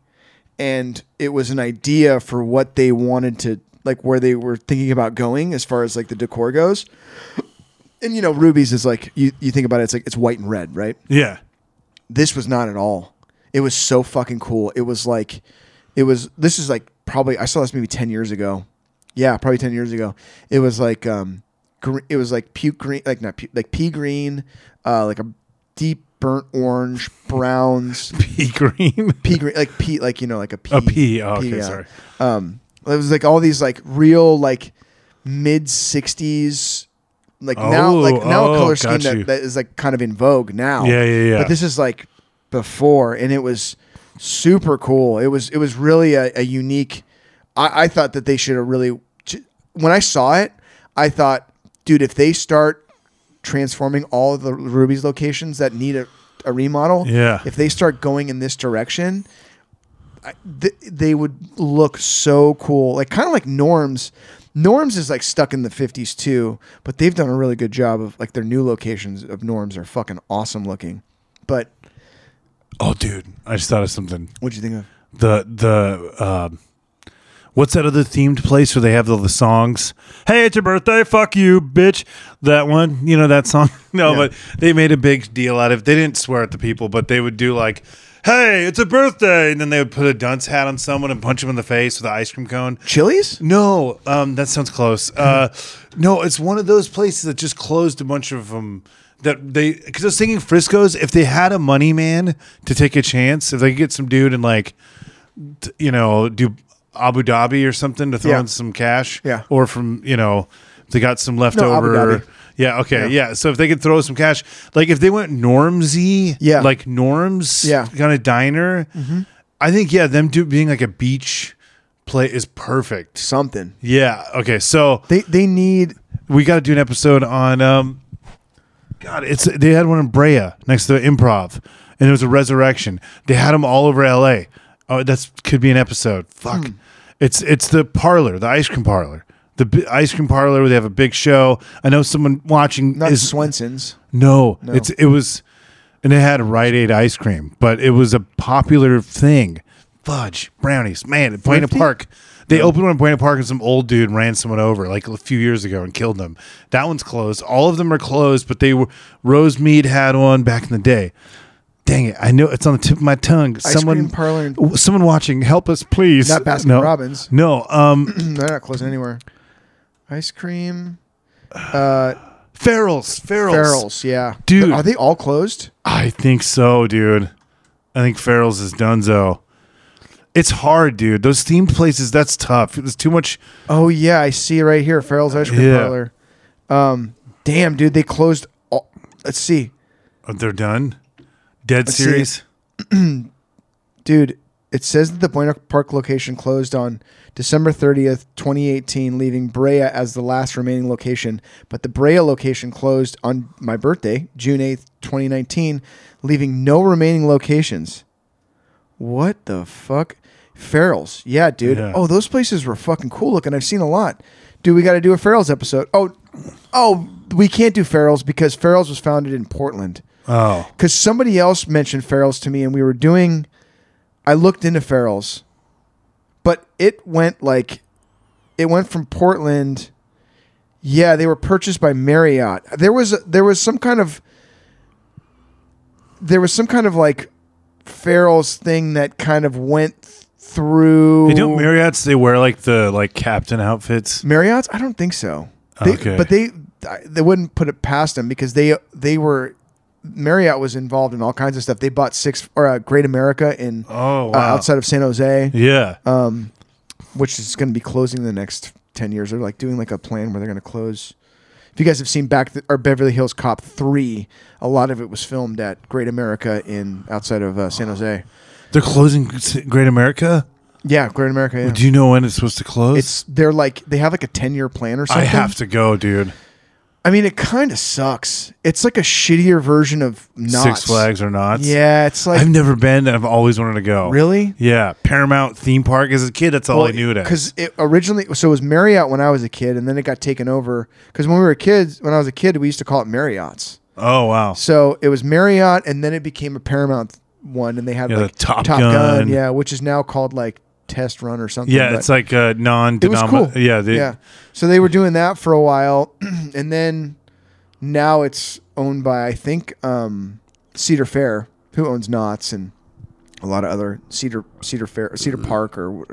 [SPEAKER 2] and it was an idea for what they wanted to like where they were thinking about going as far as like the decor goes. And you know, rubies is like you you think about it, it's like it's white and red, right?
[SPEAKER 1] yeah.
[SPEAKER 2] this was not at all. It was so fucking cool. It was like, it was. This is like probably I saw this maybe ten years ago. Yeah, probably ten years ago. It was like um, gr- it was like puke green, like not puke, like pea green, uh, like a deep burnt orange browns,
[SPEAKER 1] pea green.
[SPEAKER 2] pea green, like pea, like you know, like a pea,
[SPEAKER 1] A pea. Oh, okay,
[SPEAKER 2] yeah.
[SPEAKER 1] sorry.
[SPEAKER 2] Um, it was like all these like real like mid sixties. Like now,
[SPEAKER 1] Oh,
[SPEAKER 2] like now, a
[SPEAKER 1] oh,
[SPEAKER 2] color scheme
[SPEAKER 1] got you.
[SPEAKER 2] that, that is like kind of in vogue now.
[SPEAKER 1] Yeah, yeah, yeah.
[SPEAKER 2] But this is like before, and it was super cool. It was it was really a, a unique. I, I thought that they should have really. When I saw it, I thought, dude, if they start transforming all of the Ruby's locations that need a, a remodel,
[SPEAKER 1] Yeah.
[SPEAKER 2] if they start going in this direction, I, th- they would look so cool. Like kind of like Norms. Norms is like stuck in the 50s too, but they've done a really good job of like their new locations of Norms are fucking awesome looking. But
[SPEAKER 1] Oh, dude, I just thought of something.
[SPEAKER 2] what'd you think of?
[SPEAKER 1] The the um, what's that other themed place where they have all the songs? Hey, it's your birthday. Fuck you, bitch. That one. You know that song? No,
[SPEAKER 2] Yeah.
[SPEAKER 1] but they made a big deal out of. They didn't swear at the people, but they would do like. Hey, it's a birthday, and then they would put a dunce hat on someone and punch him in the face with an ice cream cone.
[SPEAKER 2] Chili's?
[SPEAKER 1] No, um, that sounds close. Uh,
[SPEAKER 2] Mm-hmm.
[SPEAKER 1] no, it's one of those places that just closed a bunch of them. That they, because I was thinking Frisco's, if they had a money man to take a chance, if they could get some dude and like, t- you know, do Abu Dhabi or something to throw
[SPEAKER 2] Yeah.
[SPEAKER 1] in some cash,
[SPEAKER 2] Yeah.
[SPEAKER 1] or from you know, if they got some
[SPEAKER 2] Dhabi.
[SPEAKER 1] leftover. Yeah, okay, yeah. So if they could throw some cash, like if they went normsy,
[SPEAKER 2] Yeah.
[SPEAKER 1] like norms,
[SPEAKER 2] Yeah. Mm-hmm.
[SPEAKER 1] kind of diner, I think yeah, them do being like a beach play is perfect.
[SPEAKER 2] Something.
[SPEAKER 1] Yeah. Okay. So
[SPEAKER 2] They they need
[SPEAKER 1] we got to do an episode on. Um, God, it's they had one in Brea next to the Improv, and there was a resurrection. They had them all over L.A. Oh, that's could be an episode. Fuck. It's it's the parlor, the ice cream parlor, the bi- ice cream parlor where they have a big show. I know someone watching
[SPEAKER 2] not
[SPEAKER 1] is
[SPEAKER 2] Swenson's.
[SPEAKER 1] no, it's it was, and it had Rite Aid ice cream, but it was a popular thing. Fudge brownies, man, at Buena
[SPEAKER 2] Thrifty?
[SPEAKER 1] Park. They opened one in Buena Park, and some old dude ran someone over like a few years ago and killed them. That one's closed. All of them are closed, but they were Rosemead had one back in the day. Dang it! I know it's on the tip of my tongue. someone
[SPEAKER 2] cream parlor and-
[SPEAKER 1] w- someone watching, help us, please.
[SPEAKER 2] Not Baskin
[SPEAKER 1] no,
[SPEAKER 2] Robbins.
[SPEAKER 1] No, um,
[SPEAKER 2] They're not closing anywhere. Ice cream.
[SPEAKER 1] Ferrell's, Ferrell's,
[SPEAKER 2] Farrell's, yeah.
[SPEAKER 1] Dude.
[SPEAKER 2] Are they all closed?
[SPEAKER 1] I think so, dude. I think Farrell's is Dunzo. It's hard, dude. Those themed places, that's tough. There's too much.
[SPEAKER 2] Oh yeah, I see right here. Farrell's ice cream
[SPEAKER 1] Yeah.
[SPEAKER 2] parlor. Um, damn, dude, they closed. All- Let's see,
[SPEAKER 1] oh, They're done. Dead
[SPEAKER 2] see.
[SPEAKER 1] series.
[SPEAKER 2] dude. It says that the Buena Park location closed on December 30th, 2018, leaving Brea as the last remaining location. But the Brea location closed on my birthday, June 8th, 2019, leaving no remaining locations. What the fuck? Farrell's. Yeah, dude.
[SPEAKER 1] Yeah.
[SPEAKER 2] Oh, those places were fucking cool looking. I've seen a lot. Dude, we got to do a Farrell's episode. Oh, oh, we can't do Farrell's because Farrell's was founded in Portland.
[SPEAKER 1] Oh,
[SPEAKER 2] Because somebody else mentioned Farrell's to me, and we were doing. I looked into Farrell's, but it went like, it went from Portland. Yeah, they were purchased by Marriott. There was there was some kind of. There was some kind of like, Farrell's thing that kind of went th- through.
[SPEAKER 1] they don't Marriott's. They wear like the like captain outfits.
[SPEAKER 2] Marriott's? I don't think so. They,
[SPEAKER 1] Okay.
[SPEAKER 2] But they they wouldn't put it past them because they they were Marriott was involved in all kinds of stuff. They bought six or uh, Great America in
[SPEAKER 1] Oh,
[SPEAKER 2] uh,
[SPEAKER 1] wow.
[SPEAKER 2] outside of San Jose,
[SPEAKER 1] Yeah.
[SPEAKER 2] Uh, which is going to be closing in the next ten years. They're like doing like a plan where they're going to close. If you guys have seen back the, or Beverly Hills Cop three, a lot of it was filmed at Great America in outside of uh, San Jose.
[SPEAKER 1] They're closing Great America.
[SPEAKER 2] Yeah, Great America. Yeah.
[SPEAKER 1] Do you know when it's supposed to close?
[SPEAKER 2] It's they're like they have like a ten year plan or something.
[SPEAKER 1] I have to go, dude.
[SPEAKER 2] I mean, it kind of sucks. It's like a shittier version of Knots.
[SPEAKER 1] Six Flags or not?
[SPEAKER 2] Yeah, it's like
[SPEAKER 1] I've never been, and I've always wanted to go.
[SPEAKER 2] really.
[SPEAKER 1] Yeah. Paramount theme park. As a kid, that's all I knew it as.
[SPEAKER 2] because it originally so it was Marriott when I was a kid, and then it got taken over. Because when we were kids, when I was a kid, we used to call it Marriott's.
[SPEAKER 1] Oh wow.
[SPEAKER 2] So it was Marriott, and then it became a Paramount one, and they had
[SPEAKER 1] Yeah, the
[SPEAKER 2] like
[SPEAKER 1] Top Gun.
[SPEAKER 2] yeah, which is now called like Test Run or something.
[SPEAKER 1] Yeah,
[SPEAKER 2] but-
[SPEAKER 1] it's like a non
[SPEAKER 2] it was cool.
[SPEAKER 1] denominator Yeah, they,
[SPEAKER 2] yeah. So they were doing that for a while, and then now it's owned by I think um, Cedar Fair, who owns Knott's and a lot of other Cedar Cedar Fair Cedar Park or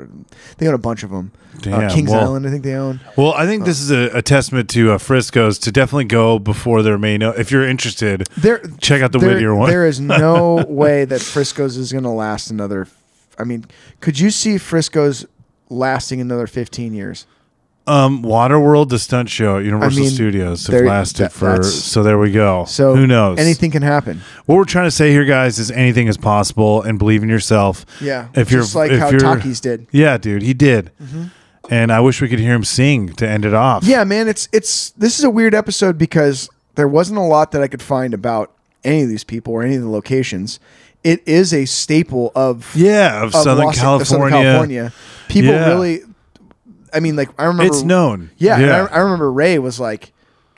[SPEAKER 2] they own a bunch of them.
[SPEAKER 1] Mm. Damn,
[SPEAKER 2] Kings
[SPEAKER 1] well-
[SPEAKER 2] Island, I think they own.
[SPEAKER 1] Well, I
[SPEAKER 2] Uh.
[SPEAKER 1] think this is a, a testament to uh, Frisco's to definitely go before their main. If you're interested,
[SPEAKER 2] There,
[SPEAKER 1] check out the
[SPEAKER 2] there,
[SPEAKER 1] Whittier one.
[SPEAKER 2] There is no way that Frisco's is going to last another. I mean, could you see Frisco's lasting another fifteen years?
[SPEAKER 1] um, Waterworld, the stunt show at Universal
[SPEAKER 2] mean,
[SPEAKER 1] Studios, have
[SPEAKER 2] there-
[SPEAKER 1] lasted
[SPEAKER 2] that-
[SPEAKER 1] for.
[SPEAKER 2] that's-
[SPEAKER 1] So there we go.
[SPEAKER 2] So
[SPEAKER 1] who knows?
[SPEAKER 2] Anything can happen.
[SPEAKER 1] What we're trying to say here, guys, is anything is possible, and believe in yourself.
[SPEAKER 2] Yeah,
[SPEAKER 1] If you're
[SPEAKER 2] just like
[SPEAKER 1] if
[SPEAKER 2] how
[SPEAKER 1] you're-
[SPEAKER 2] Takis did. Mm-hmm.
[SPEAKER 1] Yeah, dude, he did. And I wish we could hear him sing to end it off.
[SPEAKER 2] Yeah, man, it's it's this is a weird episode because there wasn't a lot that I could find about any of these people or any of the locations. It is a staple of
[SPEAKER 1] Yeah, of,
[SPEAKER 2] of
[SPEAKER 1] Southern,
[SPEAKER 2] Los-
[SPEAKER 1] California.
[SPEAKER 2] of Southern California. People
[SPEAKER 1] Yeah.
[SPEAKER 2] really, I mean, like I remember
[SPEAKER 1] It's known.
[SPEAKER 2] Yeah, and
[SPEAKER 1] Yeah.
[SPEAKER 2] I, I remember Ray was like,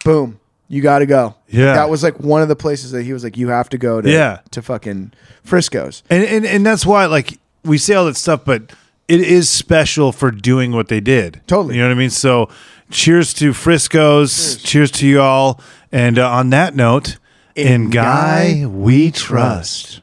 [SPEAKER 2] "Boom, you got to go."
[SPEAKER 1] Yeah.
[SPEAKER 2] that was like one of the places that he was like, "You have to go to
[SPEAKER 1] Yeah.
[SPEAKER 2] to fucking Frisco's."
[SPEAKER 1] And, and and that's why like we say all that stuff, but it is special for doing what they did.
[SPEAKER 2] Totally.
[SPEAKER 1] You know what I mean? So cheers to Frisco's, cheers, to y'all. And uh, on that note, in,
[SPEAKER 2] In
[SPEAKER 1] Guy,
[SPEAKER 2] Guy
[SPEAKER 1] we trust.